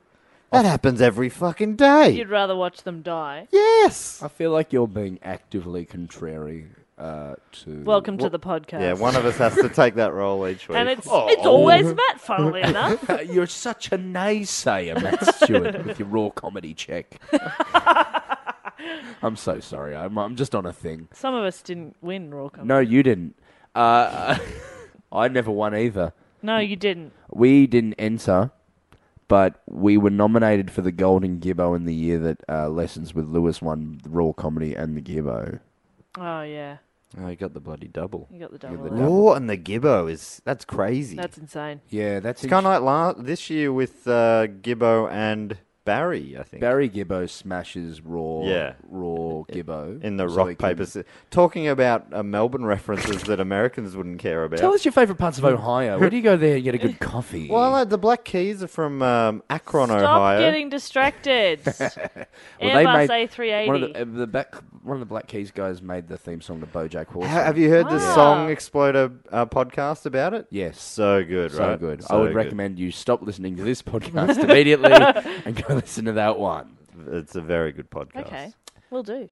That happens every fucking day.
You'd rather watch them die.
Yes.
I feel like you're being actively contrary uh, to.
Welcome to the podcast.
Yeah, one of us has to take that role each week. Oh.
And it's it's always Matt, funnily enough.
You're such a naysayer, Matt Stewart, with your raw comedy check. I'm so sorry. I'm, I'm just on a thing.
Some of us didn't win Raw Comedy.
No, you didn't. Uh, I never won either.
No, you didn't.
We didn't enter, but we were nominated for the Golden Gibbo in the year that uh, Lessons with Lewis won the Raw Comedy and the Gibbo.
Oh yeah,
Oh, you got the bloody double.
you got the double.
the
there.
double.
Raw and the Gibbo is that's crazy.
That's insane.
Yeah, that's
it's kind of like la this year with uh, Gibbo and Barry, I think.
Barry Gibbo smashes Raw.
Yeah.
Raw Gibbo
in the
so he
rock
can-
paper. sci- Talking about uh, Melbourne references that Americans wouldn't care about.
Tell us your favourite parts of Ohio. Where do you go there and get a good coffee?
Well, uh, the Black Keys are from um, Akron,
Stop
Ohio.
getting distracted.
Well, they
Airbus
made-
A380.
One of the, uh, the back, one of the Black Keys guys made the theme song to BoJack
Ha-
Horseman.
have you heard the
Wow.
song Exploder uh, podcast about it?
Yes.
So good,
so
right?
good. I
So
would
good.
recommend you stop listening to this podcast immediately and go listen to that one.
It's a very good podcast.
okay, we'll do.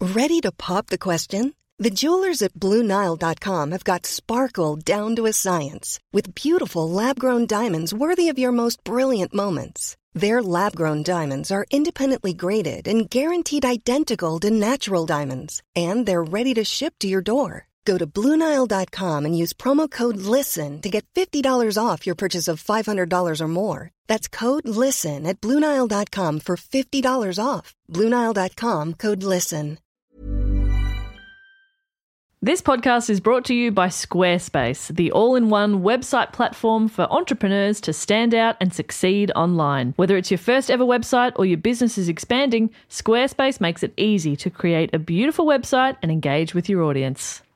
Ready to pop the question? The jewelers at BlueNile.com have got sparkle down to a science with beautiful lab grown diamonds worthy of your most brilliant moments. Their lab grown diamonds are independently graded and guaranteed identical to natural diamonds, and they're ready to ship to your door. Go to BlueNile.com and use promo code LISTEN to get $50 off your purchase of $500 or more. That's code LISTEN at BlueNile.com for $50 off. BlueNile.com code LISTEN.
This podcast is brought to you by Squarespace, the all in one website platform for entrepreneurs to stand out and succeed online. Whether it's your first ever website or your business is expanding, Squarespace makes it easy to create a beautiful website and engage with your audience.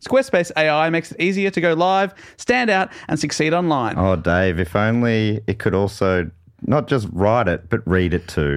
Squarespace AI makes it easier to go live, stand out, and succeed online.
oh, Dave, if only it could also not just write it, but read it too.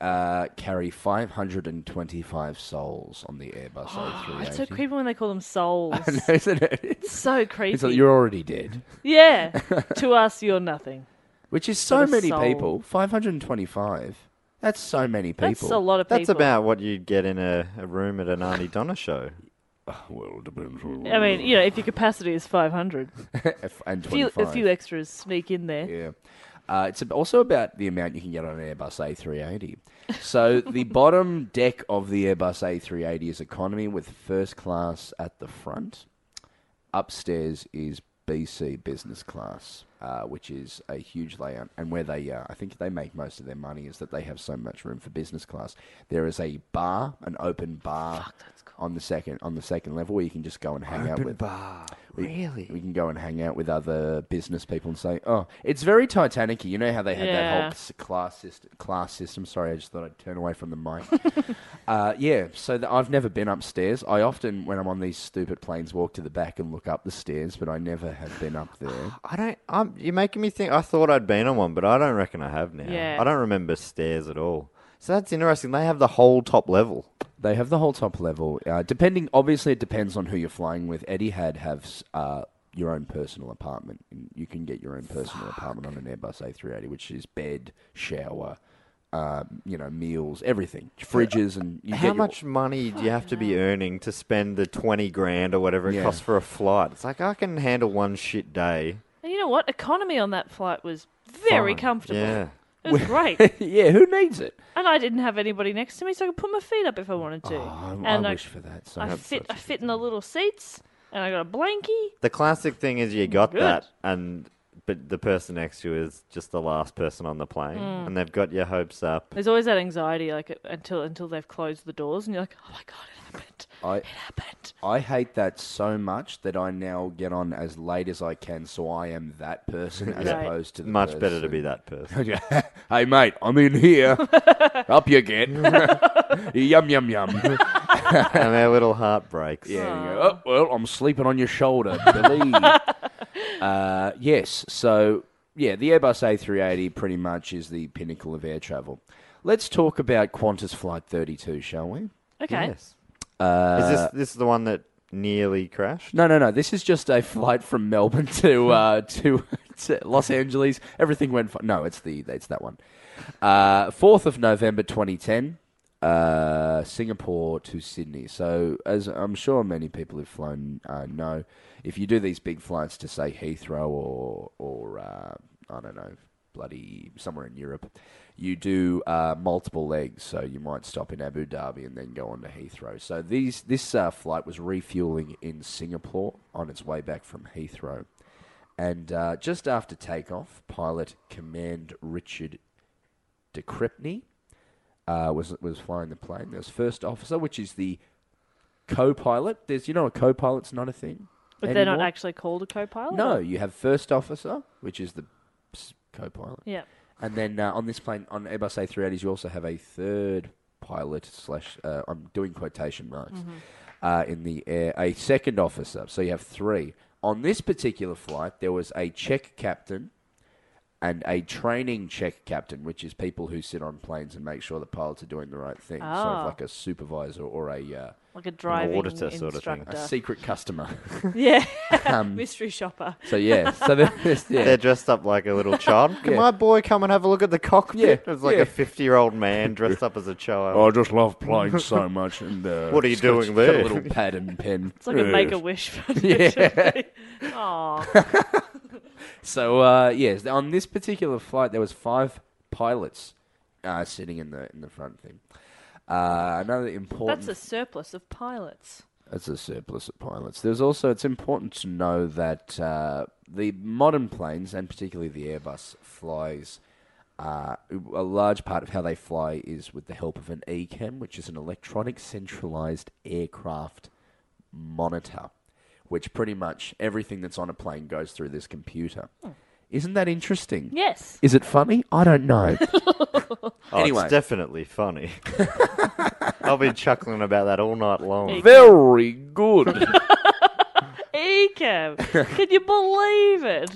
uh, carry 525 souls on the Airbus
Oh,
A380.
it's so creepy when they call them souls.
Isn't it? It's,
It's so creepy.
like you're already dead.
yeah. to us, you're nothing.
Which is so
But a
many
soul.
people. 525. That's so many people.
That's a lot of people.
That's about what you'd get in a, a room at an Auntie Donna show.
Well, it depends. on-
I mean, you know, if your capacity is 500,
and
a few,
25.
a few extras sneak in there.
Yeah. Uh, it's ab- also about the amount you can get on an Airbus A380. So the bottom deck of the Airbus A380 is economy with first class at the front. Upstairs is BC business class, uh, which is a huge layout, and where they, uh, I think they make most of their money is that they have so much room for business class. There is a bar, an open bar, on the second on the second level where you can just go and hang out with. Bar, really? We can go and hang out with other business people and say, "Oh, it's very Titanic." You know how they had that whole
Yeah.
s- class system. Class system. Sorry, I just thought I'd turn away from the mic. Uh, yeah, so th I've never been upstairs. I often, when I'm on these stupid planes, walk to the back and look up the stairs, but I never have been up there.
I don't. I'm, you're making me think. I thought I'd been on one, but I don't reckon I have now.
Yeah.
I don't remember stairs at all. So that's interesting. They have the whole top level.
They have the whole top level. Uh, depending, obviously, it depends on who you're flying with. Eddie had have uh, your own personal apartment. and You can get your own personal apartment on an Airbus A380, which is bed, shower, um, you know, meals, everything, fridges, and you
How
get
much money do you have to be earning to spend the twenty grand or whatever it
Yeah.
costs for a flight? It's like I can handle one shit day.
And you know what? Economy on that flight was very
Fine.
comfortable.
Yeah.
It was great.
Your, yeah, who needs it?
and I didn't have anybody next to me, so I could put my feet up if I wanted to.
Oh, I,
and
I wish for that. So
I
much.
fit, I fit in the little seats, and I got a blankie.
The classic thing is you got
Good.
that and but the person next to you is just the last person on the plane,
Mm.
and they've got your hopes up.
There's always that anxiety, like uh, until until they've closed the doors, and you're like, oh my god, it happened.
I, I hate that so much that I now get on as late as I can, so I am that person as
Right.
opposed to the
Much better to be that
person. hey mate, I'm in here. Up you get. yum yum yum.
and their little heart breaks.
Yeah. you go, oh well, I'm sleeping on your shoulder. Believe. uh, yes. So yeah, the Airbus A380 pretty much is the pinnacle of air travel. Let's talk about Qantas Flight 32, shall we?
Okay.
Yes.
Uh,
is this this is the one that nearly crashed?
No, no, no. This is just a flight from Melbourne to uh, to, to Los Angeles. Everything went. Fi- no, it's the it's that one. Uh, Fourth of November, twenty ten, uh, Singapore to Sydney. So, as I'm sure many people who've flown uh, know, if you do these big flights to say Heathrow or or uh, I don't know, bloody somewhere in Europe, you do uh, multiple legs. So you might stop in Abu Dhabi and then go on to Heathrow. So these this uh, flight was refueling in Singapore on its way back from Heathrow, and uh, just after takeoff, pilot Command Richard De Crepney uh, was was flying the plane. There's first officer, which is the co-pilot. There's you know a co-pilot's not a thing.
But they're not
anymore.
actually called a co-pilot.
No, you have first officer, which is the s- co-pilot.
Yeah.
And then uh, on this plane, on Airbus A380s, you also have a third pilot slash. Uh, I'm doing quotation marks
Mhm.
uh, in the air. A second officer. So you have three. On this particular flight, there was a Czech captain and a training Czech captain, which is people who sit on planes and make sure the pilots are doing the right thing, sort
Ah.
of like a supervisor or a uh,
Like a driving instructor.
a secret customer.
Yeah.
Um,
Mystery shopper.
so yeah, so there's, yeah.
They're dressed up like a little child. Can
Yeah.
my boy come and have a look at the cockpit?
Yeah,
It's like
yeah. Oh,
a fifty-year-old man dressed up as a child.
I just love planes so much. And uh,
What are you
it's got-
doing
it's got
there?
A little pad and pen.
It's like a Make-A-Wish
Yeah.
foundation. Aw.
so uh, yes, on this particular flight, there was five pilots uh, sitting in the in the front thing. Uh, another important.
That's a surplus of pilots.
That's a surplus of pilots. There's also, it's important to know that uh, the modern planes, and particularly the Airbus, flies. Uh, a large part of how they fly is with the help of an ECAM, which is an electronic centralized aircraft monitor, which pretty much everything that's on a plane goes through this computer. Isn't that interesting?
Yes.
Is it funny? I don't know.
Oh,
anyway,
it's definitely funny. I'll be chuckling about that all night long.
Very good.
Ecam. Can you believe it?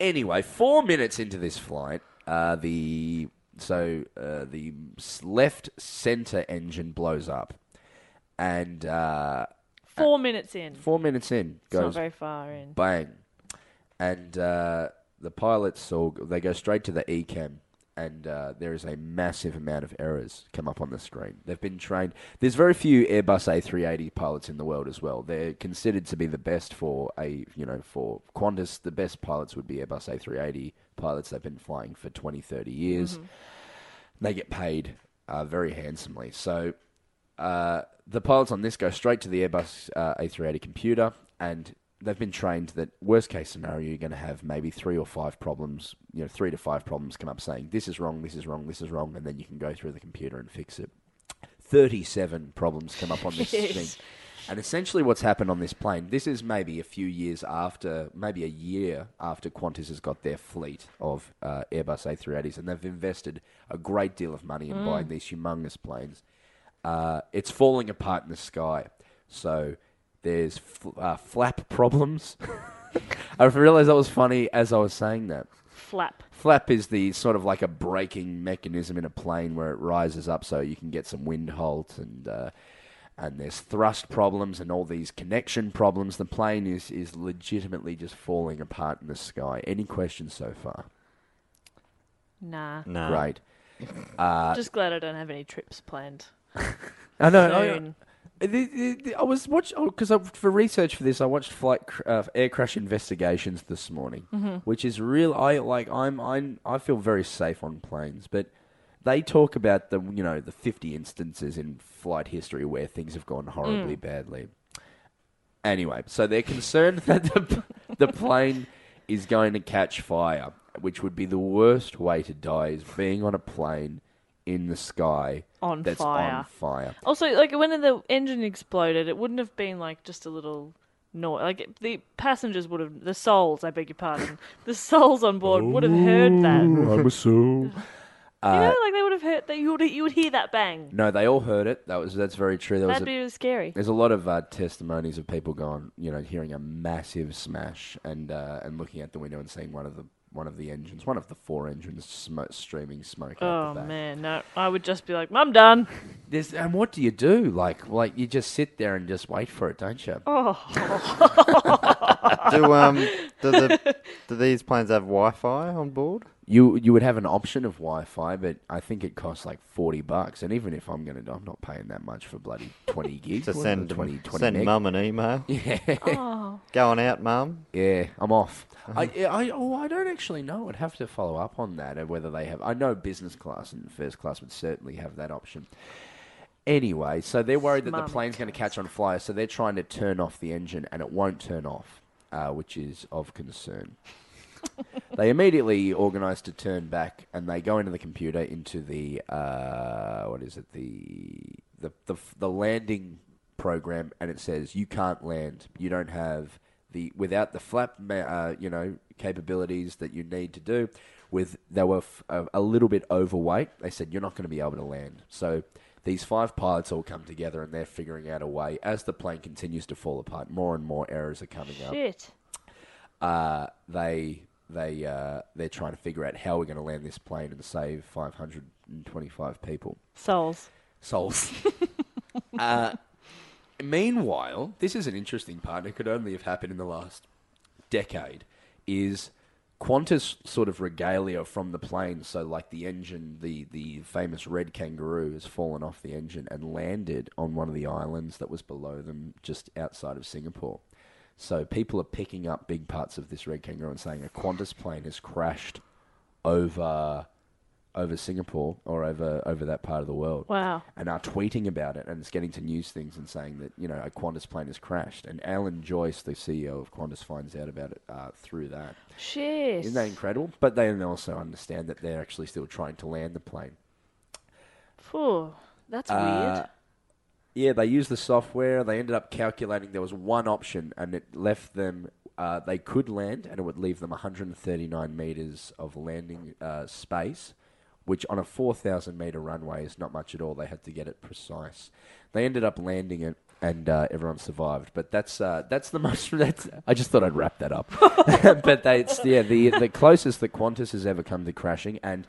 Anyway, four minutes into this flight, uh, the so uh, the s- left center engine blows up, and uh,
Four minutes in.
four minutes in
It's not
goes
very far in.
bang, and uh, the pilots all they go straight to the ECAM, and uh, there is a massive amount of errors come up on the screen. They've been trained. There's very few Airbus A380 pilots in the world as well. They're considered to be the best for a you know for Qantas. The best pilots would be Airbus A380 pilots. They've been flying for 20, 30 years
Mhm.
they get paid uh, very handsomely. So uh, the pilots on this go straight to the Airbus uh, A380 computer, and they've been trained that worst case scenario, you're going to have maybe three or five problems, you know, three to five problems come up saying this is wrong, this is wrong, this is wrong, and then you can go through the computer and fix it. 37 problems come up on this
Yes.
thing. And essentially, what's happened on this plane, this is maybe a few years after, maybe a year after Qantas has got their fleet of uh, Airbus A380s, and they've invested a great deal of money in
Mm.
buying these humongous planes. Uh, it's falling apart in the sky. So there's fl- uh, flap problems. I realised that was funny as I was saying that.
Flap.
Flap is the sort of like a braking mechanism in a plane where it rises up so you can get some wind halt and uh, and there's thrust problems and all these connection problems. The plane is is legitimately just falling apart in the sky. Any questions so far?
Nah.
Right. Uh,
Just glad I don't have any trips planned.
I know. I-
Soon.
I, the- the- I was watching because for research for this, I watched flight cr- uh, air crash investigations this morning,
Mm-hmm.
Mhm.
which is real. I like. I'm. I. I feel very safe on planes, but they talk about the you know the 50 instances in flight history where things have gone horribly
Mm.
badly. Anyway, so they're concerned that the the plane is going to catch fire, which would be the worst way to die is being on a plane in the sky
On
that's
fire.
on fire.
Also, like when the engine exploded, it wouldn't have been like just a little noise. Like it- the passengers would have, the souls, I beg your pardon, the souls on board would have heard that. You
I'm a soul. Uh,
know, like they would have heard that. You would you would hear that bang.
no, they all heard it. That was that's very true. There was
That'd
a-
be scary.
There's a lot of uh, testimonies of people going, you know, hearing a massive smash and uh, and looking out the window and seeing one of the one of the engines, one of the four engines, sm- streaming smoke. out
Oh
the back.
man, no! I would just be like, "I'm done."
There's, and what do you do? Like, like you just sit there and just wait for it, don't you?
Oh.
do um do, the, do these planes have Wi-Fi on board?
You you would have an option of Wi-Fi, but I think it costs like forty bucks. And even if I'm gonna, I'm not paying that much for bloody twenty gigs.
To
What is it,
send
20, 20
send
meg?
mum an email.
Yeah,
oh.
Going out, mum.
yeah, I'm off. I, I, oh, I don't actually know. I'd have to follow up on that and whether they have. I know business class and first class would certainly have that option. Anyway, so they're worried that
Smart.
the plane's going to catch on fire, so they're trying to turn off the engine, and it won't turn off, uh, which is of concern. they immediately organise to turn back, and they go into the computer, into the uh, what is it, the the the, the landing program, and it says you can't land. You don't have the without the flap, ma- uh, you know, capabilities that you need to do. With they were f- a, a little bit overweight. They said you're not going to be able to land. So these five pilots all come together, and they're figuring out a way. As the plane continues to fall apart, more and more errors are coming up
Shit.
uh, they they uh, they're trying to figure out how we're going to land this plane and save 525 people
Souls.
souls. uh, meanwhile, this is an interesting part. It could only have happened in the last decade. Is Qantas sort of regalia from the plane? So, like the engine, the the famous red kangaroo has fallen off the engine and landed on one of the islands that was below them, just outside of Singapore. So people are picking up big parts of this red kangaroo and saying a Qantas plane has crashed over over Singapore or over over that part of the world
Wow.
and are tweeting about it and it's getting to news things and saying that you know a Qantas plane has crashed and Alan Joyce, the CEO of Qantas, finds out about it uh, through that.
Shit.
Isn't that incredible? But they then also understand that they're actually still trying to land the plane.
Phew. That's
Uh,
weird.
Yeah, they used the software. They ended up calculating there was one option, and it left them. Uh, they could land, and it would leave them 139 meters of landing uh, space, which on a 4,000 meter runway is not much at all. They had to get it precise. They ended up landing it, and uh, everyone survived. But that's uh, that's the most. That's, I just thought I'd wrap that up. but they, it's yeah, the the closest that Qantas has ever come to crashing, and.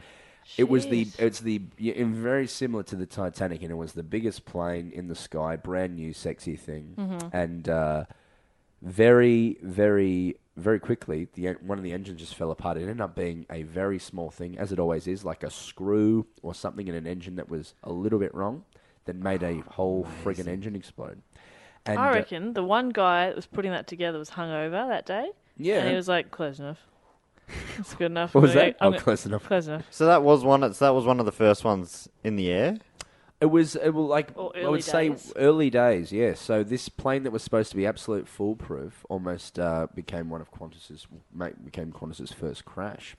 It was the it's the yeah, and very similar to the Titanic, and it was the biggest plane in the sky, brand new, sexy thing,
Mm-hmm.
and uh, very, very, very quickly, the en- one of the engines just fell apart. It ended up being a very small thing, as it always is, like a screw or something in an engine that was a little bit wrong, that made a whole friggin' engine explode. And
Oh, I
uh,
reckon the one guy that was putting that together was hungover that day.
yeah,
And he was like, close enough. That's good enough.
what was
I'm gonna-
that? Oh,
I'm gonna-
close enough.
Close enough.
So that was one. So that was one of the first ones in the air.
It was it was like
Or
I
early
would say
days.
early days, yeah. So this plane that was supposed to be absolute foolproof almost uh, became one of Qantas's ma- became Qantas's first crash,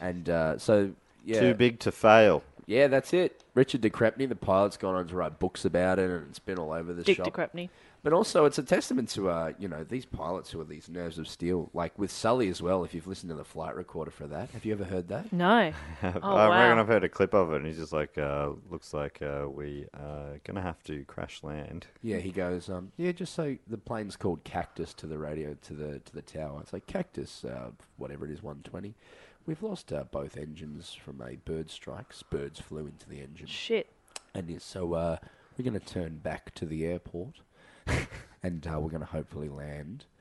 and uh, so yeah,
Too big to fail.
yeah, that's it. Richard DeCrepney, the pilot's gone on to write books about it, and it's been all over the
Dick
shop.
DeCrepney.
But also, it's a testament to uh, you know these pilots who are these nerves of steel, like with Sully as well. If you've listened to the flight recorder for that, have you ever heard that?
No.
I
Oh,
reckon
wow.
I've heard a clip of it, and he's just like, uh, "Looks like uh, we are gonna have to crash land."
Yeah, he goes, um, yeah, just so the plane's called Cactus to the radio to the to the tower. It's like Cactus, uh, whatever it is, one twenty. We've lost uh, both engines from a bird strike. Birds flew into the engine,
Shit.
and it's- so uh, we're going to turn back to the airport, and uh, we're going to hopefully land.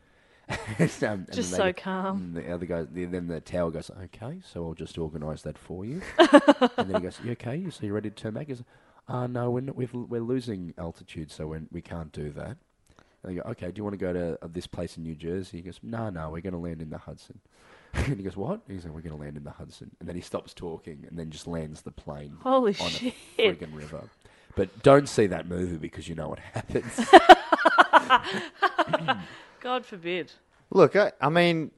Um, and then
Just
they
so
go-
calm.
and the other guy, the, then the tower goes, okay, so I'll just organise that for you. and then he goes, you okay? You so you ready to turn back? He goes, uh, no, we're, not, we've, we're losing altitude, so we're, we can't do that. And they go, okay, do you want to go to uh, this place in New Jersey? He goes, no, no, we're going to land in the Hudson. and he goes, what? He's like, we're going to land in the Hudson. And then he stops talking and then just lands the plane
Holy
on
shit.
a friggin' river. But don't see that movie because you know what happens.
God forbid.
Look, I, I mean,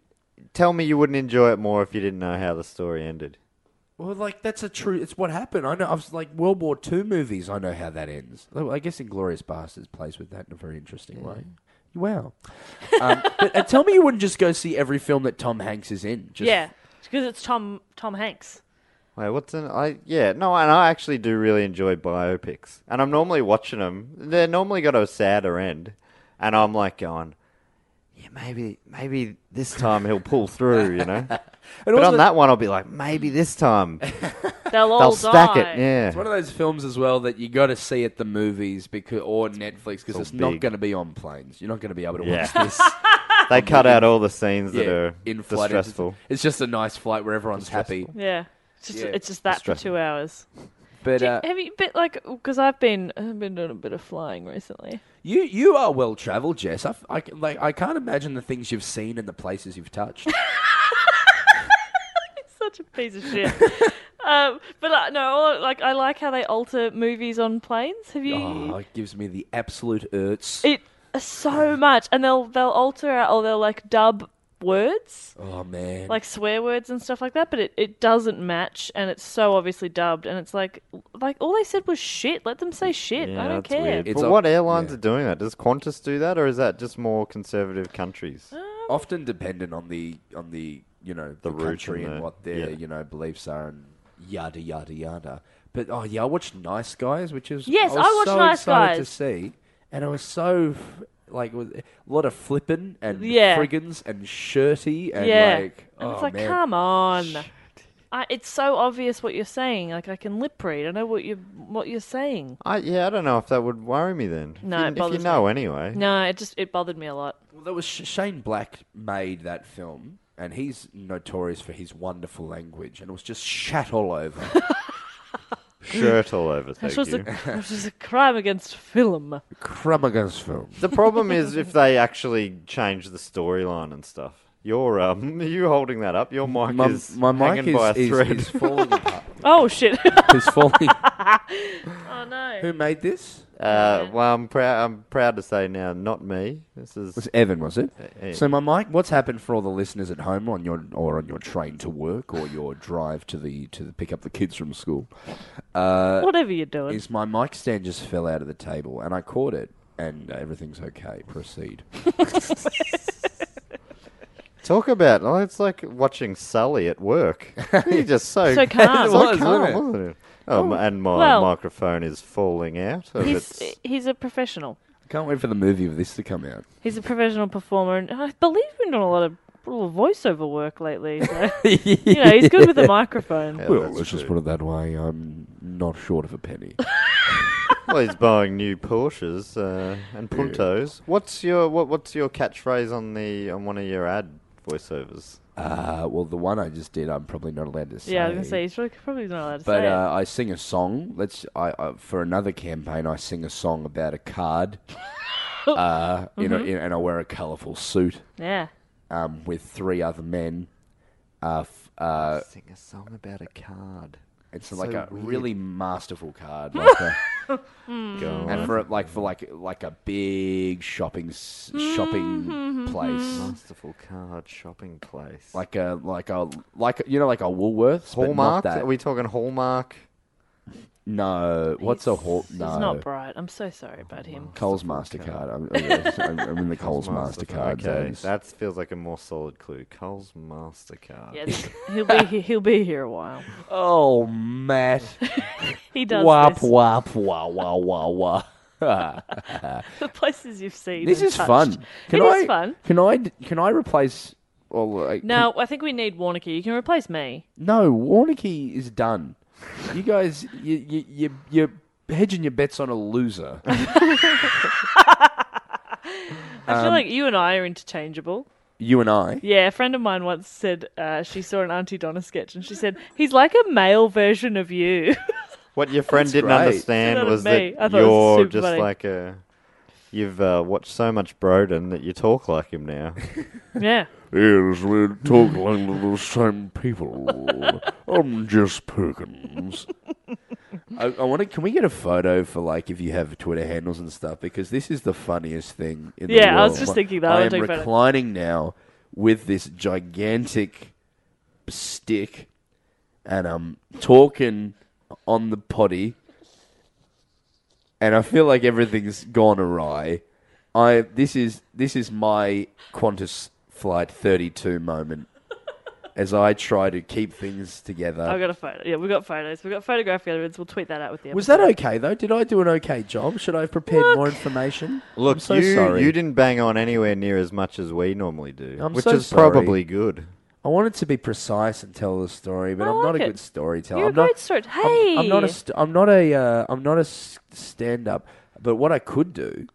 tell me you wouldn't enjoy it more if you didn't know how the story ended.
Well, like that's a true. It's what happened. I know. I was like World War II movies. I know how that ends. Though I guess Inglorious Bastards plays with that in a very interesting way. Wow. um, but uh, tell me you wouldn't just go see every film that Tom Hanks is in. Just,
yeah, because it's Tom Tom Hanks.
Wait, what's an I? Yeah, no, and I actually do really enjoy biopics, and I'm normally watching them. They're normally got a sadder end, and I'm like going, yeah, maybe, maybe this time he'll pull through, you know. but
also-
on that one, I'll be like, maybe this time
They'll all
they'll
die.
stack it.
It's one
Yeah,
of those films as well that you got to see at the movies because or Netflix because
all
it's not
big.
going to be on planes. You're not going to be able to
Yeah.
watch this.
they cut out all the scenes that
yeah,
are
in flight. It's-
distressful.
It's just a nice flight where everyone's happy.
Yeah. It's just,
Yeah.
it's just that for
Stressful.
two hours.
But
Do you-
uh,
have you bit like because I've been I've been doing a bit of flying recently.
you you are well traveled, Jess. I, f- I c- like I can't imagine the things you've seen and the places you've touched.
Such a piece of shit. um, but uh, no, all- like I like how they alter movies on planes. Have you?
oh, it gives me the absolute urts.
It so much, and they'll they'll alter or they'll like dub words.
oh man,
like swear words and stuff like that, but it, it doesn't match and it's so obviously dubbed and it's like like all they said was shit. Let them say shit.
Yeah,
I don't
that's
care.
weird.
It's
but
a-
what airlines
yeah.
are doing that? Does Qantas do that, or is that just more conservative countries?
Uh,
often dependent on the on the you know the,
The route
country
and
and
the-
what their
yeah.
you know beliefs are and yada yada yada. But oh yeah, I watched Nice Guys, which is
Yes,
I, was
I watched
so
Nice
excited
Guys.
to see, and I was so f- like with a lot of flippin' and
Yeah.
friggins and shirty and
yeah.
like
and
oh
it's like,
man.
come on. I, it's so obvious what you're saying. Like I can lip read. I know what you what you're saying.
I yeah, I don't know if that would worry me then.
No,
if you,
it
if you
bothers
know anyway.
No, it just it bothered me a lot.
Well, there was Sh- Shane Black made that film, and he's notorious for his wonderful language, and it was just shat all over.
Shirt all over.
This
Thank
was,
you.
a, this was a crime against film.
Crummagas film.
The problem is if they actually change the storyline and stuff. You're um, you holding that up. Your mic
My,
is
my mic
hanging by a
is, is,
thread.
is falling apart.
Oh shit!
It's falling.
oh no!
Who made this?
uh, well, I'm proud. I'm proud to say now, not me. This is
was Evan, was it?
yeah.
So, my mic, what's happened for all the listeners at home on your or on your train to work or your drive to the to the, pick up the kids from school? Uh,
Whatever you're doing.
is my mic stand just fell out of the table and I caught it and everything's okay. Proceed.
talk about. Oh, it's like watching Sully at work. He's just so
So calm.
so
It
was,
calm,
wasn't it?
wasn't it? Oh, m and my
well-
microphone is falling out. Of
He's
its,
he's a professional.
Can't wait for the movie of this to come out.
He's a professional performer, and I believe we've done a lot of little voiceover work lately. So, you know, he's good with the microphone.
Yeah,
well,
that's
let's just
true.
put it that way. I'm not short of a penny.
well, he's buying new Porsches uh, and Puntos. What's your what, What's your catchphrase on the on one of your ad voiceovers?
uh, well, the one I just did, I'm probably not allowed to say.
Yeah, I was gonna say he's probably, probably not allowed to
But
say
uh, I sing a song. Let's I, I for another campaign. I sing a song about a card, uh, in a, in, and I wear a colourful suit
it. Yeah,
um, with three other men. Uh, f- uh,
Sing a song about a card.
it's like
so
a
weird.
really masterful card, like a,
Mm.
Go
and for a, like for like like a big shopping s- shopping place.
Masterful card shopping place.
Like a like a like a, you know like a Woolworths
Hallmark?
But not that.
Are we talking Hallmark?
No, what's a Hall?
he's
No,
not bright. I'm so sorry about him.
Coles Mastercard. I'm, I'm, I'm in the Coles Mastercard.
Okay,
zones.
that feels like a more solid clue. Cole's Mastercard.
Yeah, this- he'll be he, he'll be here a while.
Oh, Matt.
He does
wop,
this.
wop, wah, wah, wah, wah.
The places you've seen.
this
and
is
touched.
fun. Can
It
I,
is fun.
Can I, can I replace. Well, like,
No, I think we need Warnicky. You can replace me.
can- no, Warnicky is done. You guys, you, you, you, you're hedging your bets on a loser.
I feel like you and I are interchangeable.
you and I.
Yeah, a friend of mine once said uh, she saw an Auntie Donna sketch and she said he's like a male version of you.
What your friend didn't
great.
Said that
understand
of
was
me. I
that
thought it
you're
was super
just
funny.
like a. You've uh, watched so much Broden that you talk like him now.
yeah.
Yes, we talk like the same people. I'm Jess Perkins. I, I want to. Can we get a photo for like if you have Twitter handles and stuff? Because this is the funniest thing in the world.
Yeah, I was just thinking that. I
I
wanna
am
take a photo.
reclining now with this gigantic stick and um talking on the potty and I feel like everything's gone awry. I this is this is my Qantas flight 32 moment as I try to keep things together.
I've got a photo. Yeah, we've got photos. We've got photographic evidence. We'll tweet that out with the
Was
episode.
that okay though? Did I do an okay job? Should I have prepared more information?
Look,
I'm so
you,
sorry.
you didn't bang on anywhere near as much as we normally do,
I'm
which
so
is
sorry.
probably good.
I wanted to be precise and tell the story, but
I
I'm not
like
a
it.
good storyteller.
You're a
I'm not,
great story-
I'm, I'm not
Hey!
a. St- I'm not a. Uh, I'm not a s- stand-up. But what I could do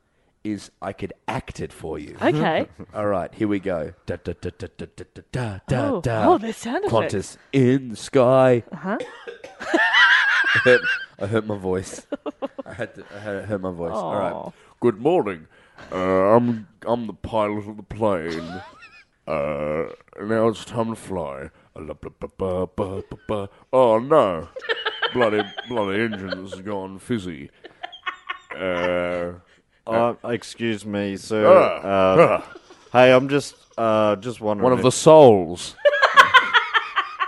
is I could act it for you.
Okay.
All right, here we go. Da da da da da da da da da.
Oh.
da.
Oh, there's sound
Qantas
effects.
in sky. Uh huh. I, hurt, I hurt my voice. I had to. I had to hurt my voice. All right. Good morning. Uh, I'm I'm the pilot of the plane. Uh, now it's time to fly. Uh, la- ba- ba- ba- ba- ba- ba. Oh no! bloody bloody engine's gone fizzy. Uh,
Uh, excuse me, sir.
Ah.
Uh, hey, I'm just uh, just wondering.
one of
if-
the souls.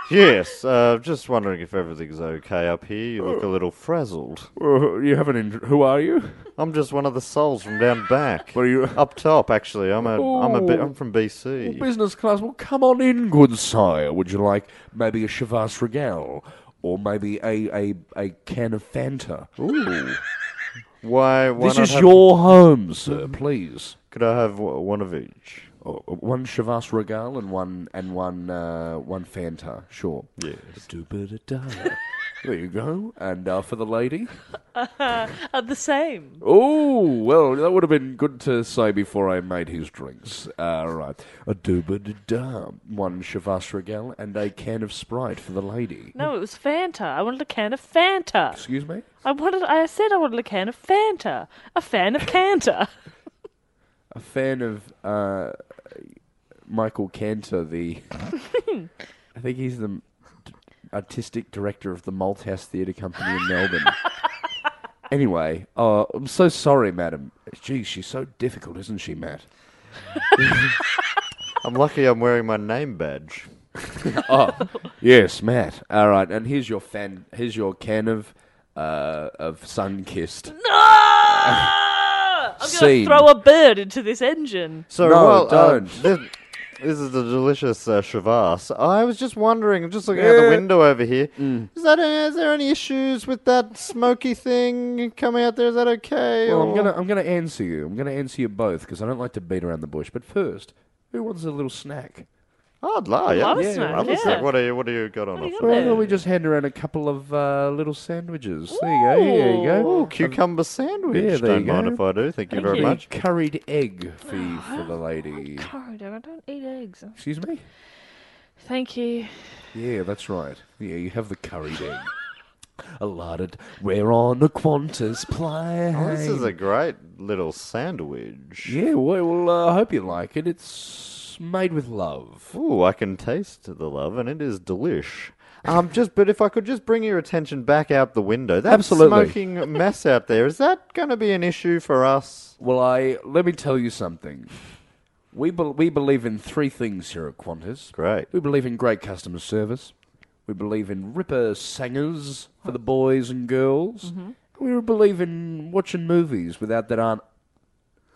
Yes, uh, just wondering if everything's okay up here. You look a little frazzled.
Uh, you have an engine. Who are you?
I'm just one of the souls from down back.
What are you-
Up top, actually. I'm a am a bi- I'm from
Well,
BC.
business class. Well, come on in, good sire. Would you like maybe a Chivas Regal? Or maybe a, a, a can of Fanta? Ooh.
Why? why
this
not
is
have- Mm-hmm.
your home, sir, please.
Could I have w- one of each?
Oh, one Chivas Regal and one and one uh, one Fanta, sure. Yes. there you go. And uh, for the lady?
Are Uh, the same.
Oh, well, that would have been good to say before I made his drinks. Uh, right. A dooba da da. One Chivas Regal and a can of Sprite for the lady.
No, it was Fanta. I wanted a can of Fanta.
Excuse me?
I wanted. I said I wanted a can of Fanta. A fan of Canta.
A fan of uh, Michael Cantor, the. I think he's the d- artistic director of the Malthouse Theatre Company in Melbourne. Anyway, uh, I'm so sorry, madam. Geez, she's so difficult, isn't she, Matt?
I'm lucky I'm wearing my name badge.
Yes, Matt. All right, and here's your fan. Here's your can of uh, of sun kissed.
Ah! I'm
Scene.
gonna throw a bird into this engine.
So,
No,
well, uh,
don't.
this, this is the delicious uh, Shavas. I was just wondering, just looking out the
Yeah. Mm.
window over here, is that uh, is there any issues with that smoky thing coming out there? Is that okay?
Well, I'm
or-
gonna I'm gonna answer you. I'm gonna answer you both because I don't like to beat around the bush. But first, who wants a little snack?
I'd lie. Yeah,
Love a
yeah,
snack,
love a
yeah.
snack. What do you What do you got on
do you
offer?
got?
Well,
Yeah.
why don't we just hand around a couple of uh, little sandwiches? There you go. Here you go.
Oh, cucumber sandwich.
Um, Yeah, there
Don't
you go.
mind if I do. Thank you
Thank
very
you.
much.
Curried egg for you, for the lady.
Sorry, Dad, I don't eat eggs.
Excuse me.
Thank you.
Yeah, that's right. Yeah, you have the curried egg. A larded. We're on a Qantas plane.
Oh, this is a great little sandwich.
Yeah, well, well, uh, I hope you like it. It's made with love.
Ooh, I can taste the love, and it is delish. Um, just but if I could just bring your attention back out the window, that
Absolutely.
smoking mess out there is that going to be an issue for us?
Well, I let me tell you something. We bel we believe in three things here at Qantas.
Great.
We believe in great customer service. We believe in ripper singers for the boys and girls. We believe in watching movies without that aren't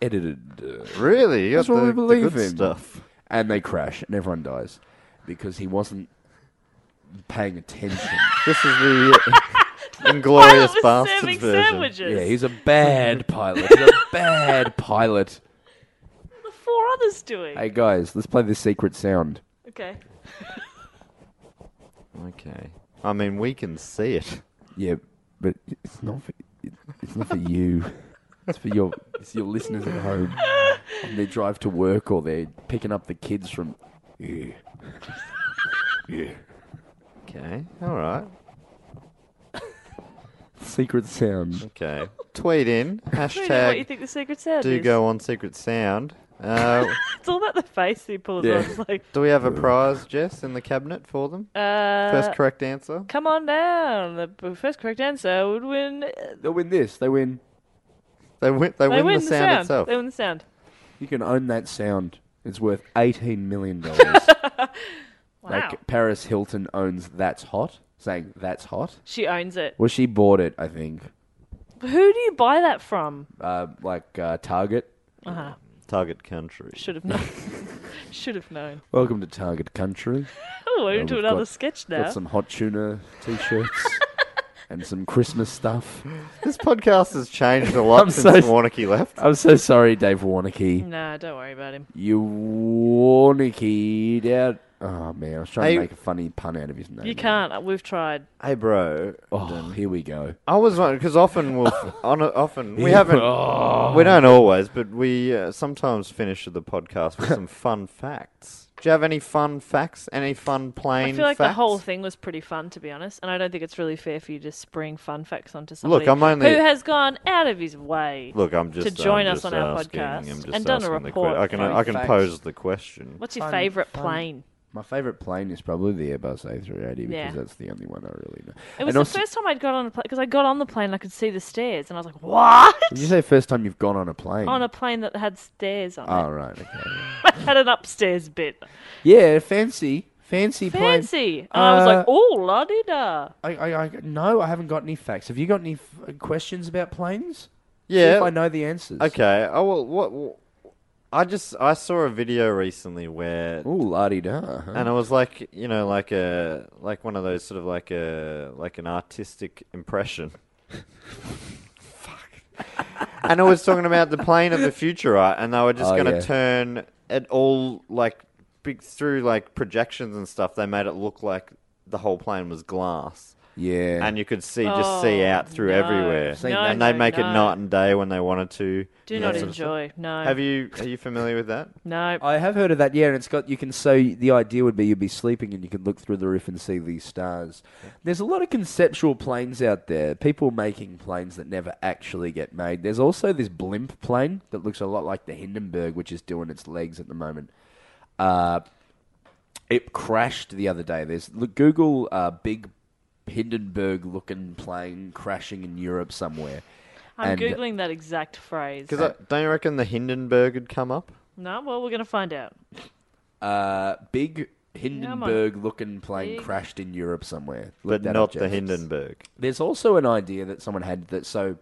edited. Uh,
Really, you
That's
got
what
the,
we
the
believe
good
in.
stuff.
and they crash and everyone dies because he wasn't paying attention.
This is the inglorious
Pilot was
bastards
serving
version.
sandwiches.
yeah, he's a bad pilot. He's a bad pilot.
the four others doing.
Hey guys, let's play this secret sound.
Okay.
Okay, I mean we can see it.
Yeah, but it's not for it's not for you. It's for your it's your listeners at home on their drive to work or they're picking up the kids from. Yeah, yeah.
Okay, all right.
Secret sound.
Okay, tweet in
Tweet in what you
hashtag
think the secret sound
do
is.
go on secret sound. Uh,
It's all about the face he pulls
Yeah.
on. It's like,
do we have a prize, Jess, in the cabinet for them?
uh,
First correct answer.
come on down. The b- first correct answer would win. uh,
They win this. They win.
They win. They,
They
win,
win
the sound, itself.
They win the sound.
You can own that sound. It's worth eighteen million dollars.
Wow.
like Paris Hilton owns That's Hot, saying That's Hot.
she owns it.
Well, she bought it, I think.
Who do you buy that from?
Uh, like uh, Target.
Uh-huh.
Target country.
Should have known. Should have known.
Welcome to Target Country.
Oh, we're
Uh,
into
we've
another
got-
sketch now.
Got some hot tuna t-shirts and some Christmas stuff.
This podcast has changed a lot
I'm
since
so-
Warnocky left.
I'm so sorry, Dave Warnicky.
Nah, don't worry about him.
You Warnickied out. Oh man, I was trying
Hey-
to make a funny pun out of his name.
You can't. uh, We've tried.
Hey, bro.
Oh, here we go.
I was wondering because often we'll on, often we haven't we don't always, but we uh, sometimes finish the podcast with some fun facts. Do you have any fun facts? Any fun plain?
I feel like
facts?
the whole thing was pretty fun, to be honest, and I don't think it's really fair for you to spring fun facts onto somebody
I'm only-
who has gone out of his way.
Look, I'm just
to join
I'm
us
just
on our
asking, I'm
podcast
just
and done a
asking the que-
report.
I can
Fun
I can
facts.
pose the question.
What's your
Fun-
favourite
fun-
plane?
My favourite plane is probably the Airbus A380 because
Yeah.
that's the only one I really know.
It was
And
the
also-
first time I'd got on a plane because I got on the plane and I could see the stairs, and I was like, "What?"
Did you say first time you've gone on a plane?
on a plane that had stairs on
Oh, right. Okay.
it. had an upstairs bit.
yeah, fancy. Fancy, plane.
Fancy. And I was
Uh,
like, "Oh, la di da."
I, I, I, no, I haven't got any facts. Have you got any f- questions about planes? See
Yeah.
if I know the answers.
Okay. Oh well. What? wh- I just I saw a video recently where
Ooh, la di da. Huh?
and it was like you know like a like one of those sort of like a like an artistic impression fuck and it was talking about the plane of the future right and they were just
Oh,
going to
yeah.
turn it all like big through like projections and stuff they made it look like the whole plane was glass
Yeah.
and you could see just see
Oh,
out through
no.
everywhere
See, No,
and they
no,
make it
no.
night and day when they wanted to
Do
and
not
that sort of stuff.
enjoy. No.
have you are you familiar with that
No.
I have heard of that, yeah, and it's got you can so the idea would be you'd be sleeping and you could look through the roof and see these stars. There's a lot of conceptual planes out there, people making planes that never actually get made. There's also this blimp plane that looks a lot like the Hindenburg, which is doing its legs at the moment. Uh, it crashed the other day. There's look, Google uh, big Hindenburg looking plane crashing in Europe somewhere.
I'm
and-
googling that exact phrase.
because don't you reckon the hindenburg had come up
No. Well, we're gonna find out.
Uh, big Hindenburg looking plane crashed in Europe somewhere.
but
Look that
not
up,
the
James.
hindenburg
There's also an idea that someone had that so.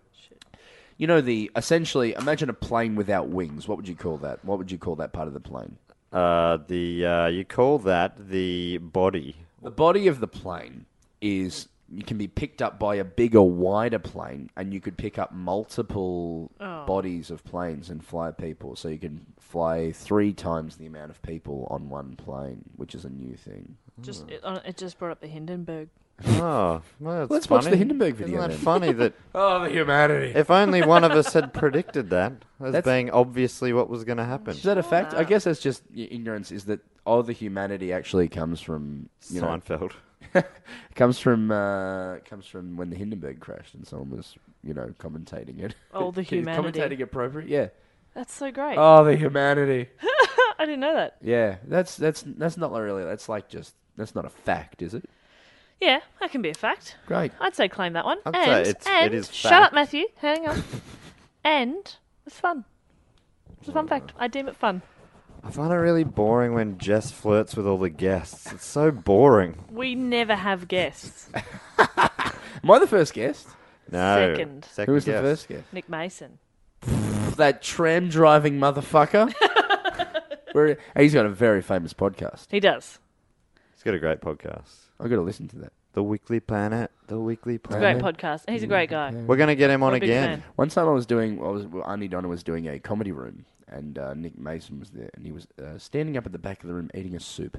You know the essentially imagine a plane without wings. What would you call that? What would you call that part of the plane?
Uh, the uh, you call that the body.
The body of the plane is you can be picked up by a bigger, wider plane, and you could pick up multiple bodies of planes and fly people. So you can fly three times the amount of people on one plane, which is a new thing.
Just it, uh, it just brought up the Hindenburg.
Oh, well, that's
Let's watch
funny.
the Hindenburg video
Isn't that
then.
funny that
Oh, the humanity!
if only one of us had predicted that as
That's-
being obviously what was going to happen?
Is that a fact? I guess that's just y- ignorance. Is that all the humanity actually comes from you know
Seinfeld.
comes from uh, comes from when the Hindenburg crashed and someone was you know commentating it.
Oh, the
Is
humanity.
commentating appropriate. Yeah.
That's so great.
Oh, the humanity.
I didn't know that.
yeah, that's that's that's not really. That's like just that's not a fact, is it?
Yeah, that can be a fact.
Great.
I'd say claim that one.
I'd say
and
it's- it
and
is
shut
fact.
up, Matthew. Hang on. and it's fun. It's a fun fact. I deem it fun.
I find it really boring when Jess flirts with all the guests. It's so boring.
We never have guests.
Am I the first guest?
No.
Second.
Who was
guess.
the first guest?
Nick Mason.
That tram driving motherfucker. Where, he's got a very famous podcast.
He does.
He's got a great podcast.
I've got to listen to that.
The Weekly Planet. The Weekly
Great
Planet.
podcast. And he's a great guy.
We're going to get him on
I'm a big
again.
fan.
One time I was doing, I was, well, Arnie Donna was doing a comedy room, and uh, Nick Mason was there, and he was uh, standing up at the back of the room eating a soup.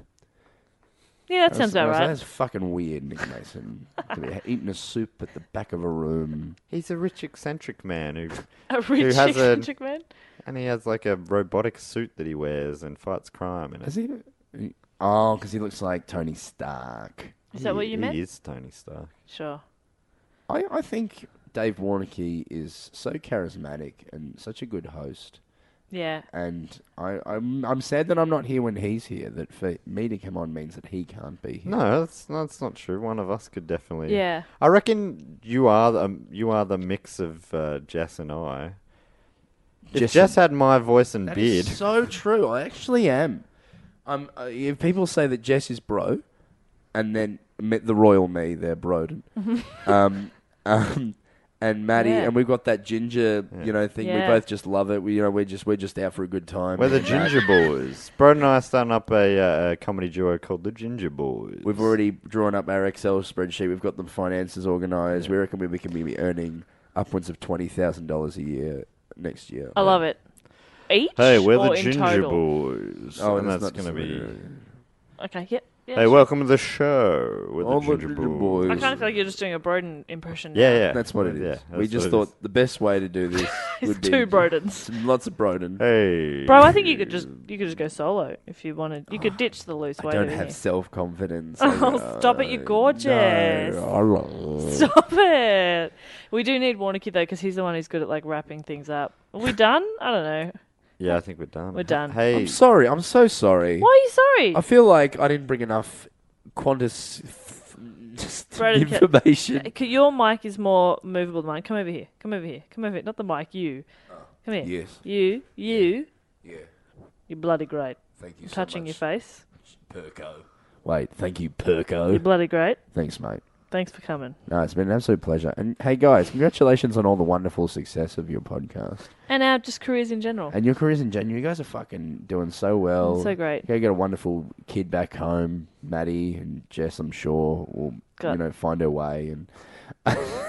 Yeah, that
I was-
sounds
I
about
was like,
right.
That's fucking weird, Nick Mason, to be eating a soup at the back of a room.
He's a rich, eccentric man who,
a rich
has a-
eccentric man.
and he has like a robotic suit that he wears and fights crime in it.
Is he? Oh, because he looks like Tony Stark.
Is that what
He
you meant?
is Tony Stark.
Sure.
I, I think Dave Warnicky is so charismatic and such a good host.
Yeah.
And I, I'm, I'm sad that I'm not here when he's here. That for me to come on means that he can't be here.
No, that's that's not true. One of us could definitely.
Yeah.
I reckon you are the um, you are the mix of uh, Jess and I. Jess, had my voice and
That
beard.
is so true. I actually am. I'm, uh, if people say that Jess is bro, and then me- the royal me, they're broden. um, um, and Maddie,
Yeah.
and we've got that ginger, you know, thing.
Yeah.
We both just love it. We, you know, we're just we're just out for a good time. Uh,
We're the
And that-
Ginger Boys. Bro and I are starting up a, uh, a comedy duo called the Ginger Boys.
We've already drawn up our Excel spreadsheet. We've got the finances organised. We reckon we can be earning upwards of twenty thousand dollars a year next year.
I love it. Each
Hey, we're
or
the
in
Ginger
total?
Boys.
Oh,
and
that's
that's,
not
going to be.
discriminatory.
Okay, yep. Yeah,
Hey,
sure.
welcome to the show. We're the
Oh,
Ginger, Boys.
I kind of feel like you're just doing a Broden impression.
Yeah,
now.
yeah.
That's what it is.
Yeah,
we
that's
just
what it
thought the best way to do this
It's
would be
two Brodens.
some- lots of Broden.
is. Hey.
Bro, I think you could just you could just go solo if you wanted. You could ditch the loose
I
weight.
don't
in
have
here.
self confidence.
Oh, stop it, you're gorgeous. Stop it. We do need Warnocky though, because he's the one who's good at like wrapping things up. Are we done? I don't know.
Yeah, I think we're done.
We're done.
Hey,
I'm sorry. I'm so sorry.
Why are you sorry?
I feel like I didn't bring enough Qantas f-
Broden, can-
information.
C- Your mic is more movable than mine. Come over here. Come over here. Come over here. Not the mic. You. Come here.
yes.
You. You.
Oh, Yeah.
You're bloody great.
Thank you
I'm touching your face.
Perko. Wait, thank you,
You're
Perko.
bloody great.
Thanks, mate.
Thanks for coming.
No, it's been an absolute pleasure. And hey, guys, congratulations on all the wonderful success of your podcast.
And our just careers in general.
And your careers in general, you guys are fucking doing so well.
So great.
You got a wonderful kid back home, Maddie and Jess. I'm sure will
God.
you know find her way. And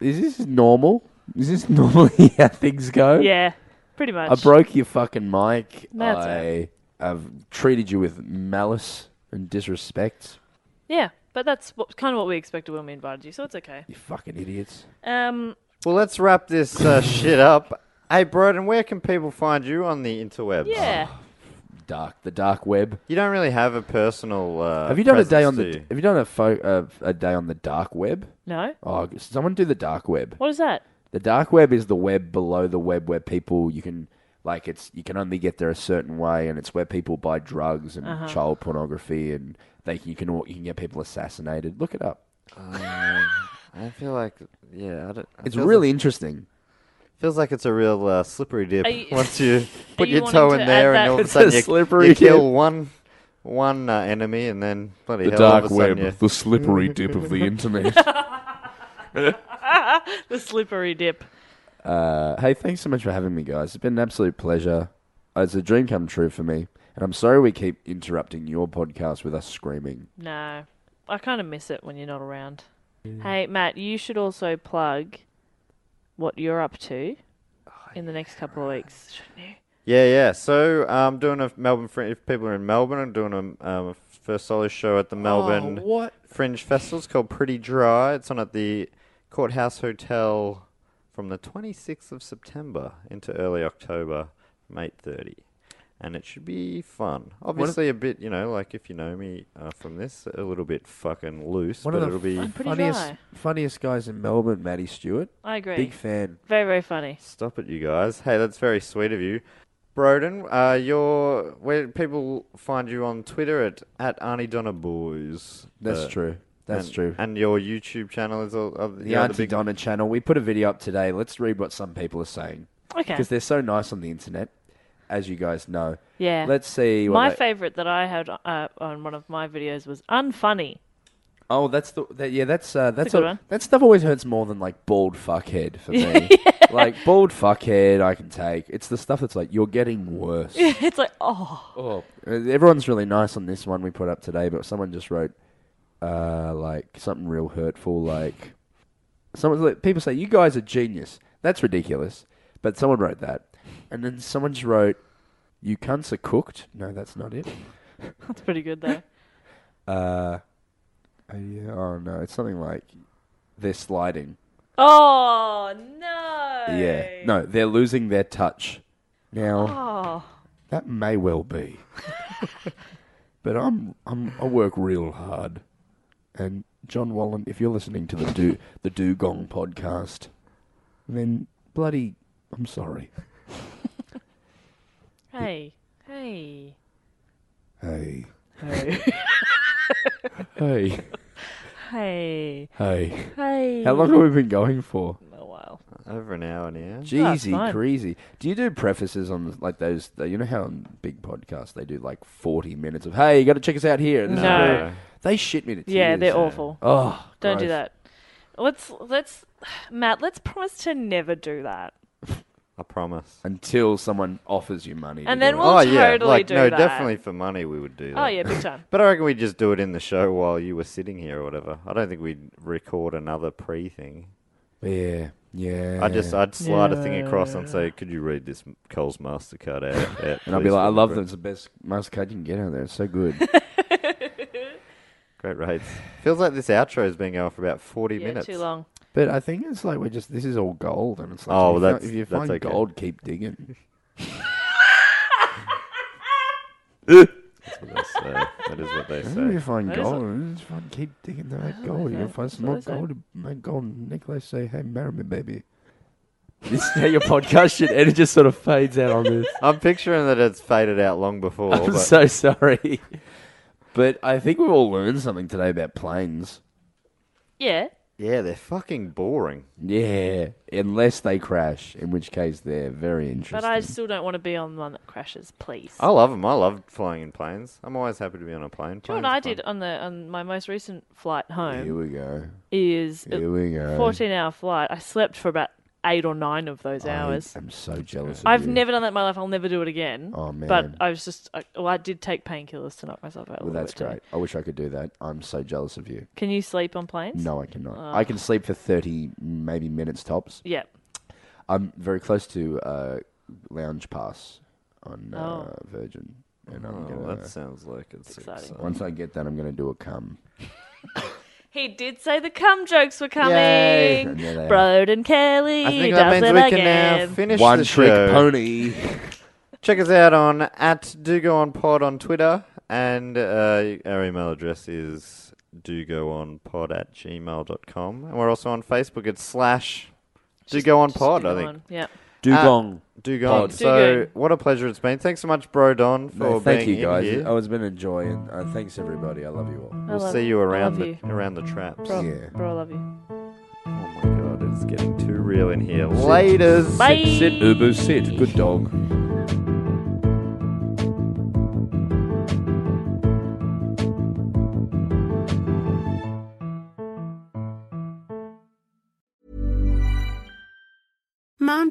is this normal? Is this normally how things go?
Yeah. Pretty much.
I broke your fucking mic.
That's
I have treated you with malice and disrespect.
Yeah. But that's what, kind of what we expected when we invited you, so it's okay.
You fucking idiots.
Um,
well, let's wrap this uh, shit up. Hey, Broden, where can people find you on the interwebs?
yeah.
Dark, the dark web.
You don't really have a personal. Uh,
Have you done a day
presence,
on
do
the?
you?
Have you done a fo- uh, a day on the dark web?
No?
Oh, someone do the dark web.
What is that?
The dark web is the web below the web where people you can like it's you can only get there a certain way, and it's where people buy drugs and
Uh-huh.
child pornography, and they you can you can get people assassinated. Look it up.
I feel like, yeah, I don't. it
It's
feels
really interesting.
like- feels like it's a real uh, slippery dip.
Are you-
Once you put
you
your toe
wanting
in
to add
there,
that-
and all of a
It's a
sudden you,
slippery
you kill
dip.
one one uh, enemy, and then bloody hell, all of a sudden you-
the slippery dip of the internet.
The slippery dip.
Uh, hey, thanks so much for having me, guys. It's been an absolute pleasure. Uh, It's a dream come true for me, and I'm sorry we keep interrupting your podcast with us screaming.
No. I kind of miss it when you're not around.
Mm.
Hey, Matt, you should also plug what you're up to
Oh,
in the next couple of weeks, shouldn't you?
Yeah, yeah. So I'm um, doing a Melbourne. Fringe, if people are in Melbourne, I'm doing a, um, a first solo show
Oh,
at the Melbourne
what?
Fringe Festival. It's called Pretty Dry. It's on at the Courthouse Hotel from the 26th of September into early October, from 8:30, and it should be fun. Obviously, a bit, you know, like if you know me uh, from this, a little bit fucking loose,
One
but
of the
it'll be
fun-
Pretty
funniest,
dry.
funniest guys in Melbourne, Maddie Stewart.
I agree.
Big fan.
Very, very funny.
Stop it, you guys. Hey, that's very sweet of you. Broden, uh, your where people find you on Twitter at at Arnie Donna Boys.
That's
Uh,
true. That's
and,
true.
And your YouTube channel is all, uh,
the Auntie Donna channel. We put a video up today. Let's read what some people are saying
Okay.
because they're so nice on the internet, as you guys know.
Yeah.
Let's see. What
my
they-
favourite that I had uh, on one of my videos was unfunny.
Oh, that's the that, yeah. That's uh, that's
good
a-
one.
that stuff always hurts more than like bald fuckhead for me. Like bald fuckhead, I can take. It's the stuff that's like you're getting worse.
it's like, oh,
Oh, everyone's really nice on this one we put up today, but someone just wrote uh, like something real hurtful. Like someone, like, people say you guys are genius. That's ridiculous, but someone wrote that, and then someone just wrote, "You cunts are cooked." No, that's not it.
that's pretty good though.
Uh, oh, yeah, oh no, it's something like they're sliding.
oh no.
Yeah, no, they're losing their touch. Now
Oh,
that may well be, but I'm I'm I work real hard. And John Wallen, if you're listening to the do the Dugong podcast, then bloody, I'm sorry.
hey, hey.
Hey,
Hey.
hey,
hey.
hey.
Hey.
How long have we been going for?
A while.
Over an hour now.
Oh, that's
Jeezy,
fine.
crazy. Do you do prefaces on like those? You know how on big podcasts they do like forty minutes of "Hey, you got to check us out here." and this is
No.
where- they shit me to tears.
Yeah, they're awful.
Oh,
Don't do
gross.
that. Let's let's Matt. Let's promise to never do that.
I promise.
until someone offers you money. to
And then
do it.
we'll
oh yeah,
totally
like
do
no,
that.
definitely for money we would do that.
Oh yeah, big time.
But I reckon we just do it in the show while you were sitting here or whatever. I don't think we'd record another pre thing.
yeah, yeah.
I just I'd slide a thing across and say, "Could you read this Cole's Mastercard out?" out
and I'll be
please,
like, I
for me,
love
bro."
them. It's the best Mastercard you can get out there. It's so good.
Great rates. Feels like this outro has been going for about forty
Yeah,
minutes.
too long.
but I think it's like we're just this is all gold, and it's like
Oh,
if you
that's-
find- if you
that's
find
okay.
gold, keep digging.
That's what they say. That is what they
If you
say.
find
That is
gold, just find- keep digging that gold. You'll find some more
That's what I
gold. Make gold necklace. Say, hey, marry me, baby. This is how your podcast should end. It just sort of fades out on this.
I'm picturing that it's faded out long before.
I'm
but
so sorry. But I think we've all learned something today about planes.
Yeah.
yeah, they're fucking boring.
Yeah, unless they crash, in which case they're very interesting. Oh,
But I still don't want to be on one that crashes, please.
I love them. I love flying in planes. I'm always happy to be on a plane.
Do you know
Planes
what I
are fun.
did on the on my most recent flight
Here
home
we go.
is a
Here we go.
fourteen hour flight. I slept for about eight or nine of those hours.
I'm so jealous. Of
I've
you.
never done that in my life. I'll never do it again.
Oh,
But
man.
I was just, I, well, I did take painkillers to knock myself out. a
Well,
little
that's
bit too.
great. I wish I could do that. I'm so jealous of you.
Can you sleep on planes?
No, I cannot. I can sleep for thirty, maybe minutes tops.
Yeah.
I'm very close to uh, lounge pass on uh,
Oh.
Virgin, and I'm
Oh,
gonna.
that sounds like it's
exciting.
exciting.
Once I get that, I'm gonna do a cum.
He did say the cum jokes were coming.
Yay. Yeah, they are.
Broden Kelly
I think that
does
means
it
we
again.
can now finish
One
the
trick
show.
pony.
Check us out on at Do Go On Pod on Twitter, and uh, our email address is do go on pod at gmail.com. And we're also on Facebook. It's slash Do Go On
Just
Pod,
go
I think.
on. Yeah.
Dugong.
Do Go On.
Pod.
So,
Do
what a pleasure it's been. Thanks so much, Bro Don, for
No,
being
thank you
in
guys.
here.
Oh, it's been a joy, and uh, thanks everybody. I love you all.
I
We'll
love
see you
I
around
love
the
you.
around the traps.
Bro,
Yeah.
bro, I love you.
Oh my god, it's getting too real in here. Laters.
Bye.
Sit, Ubu, sit. Good dog.
Mom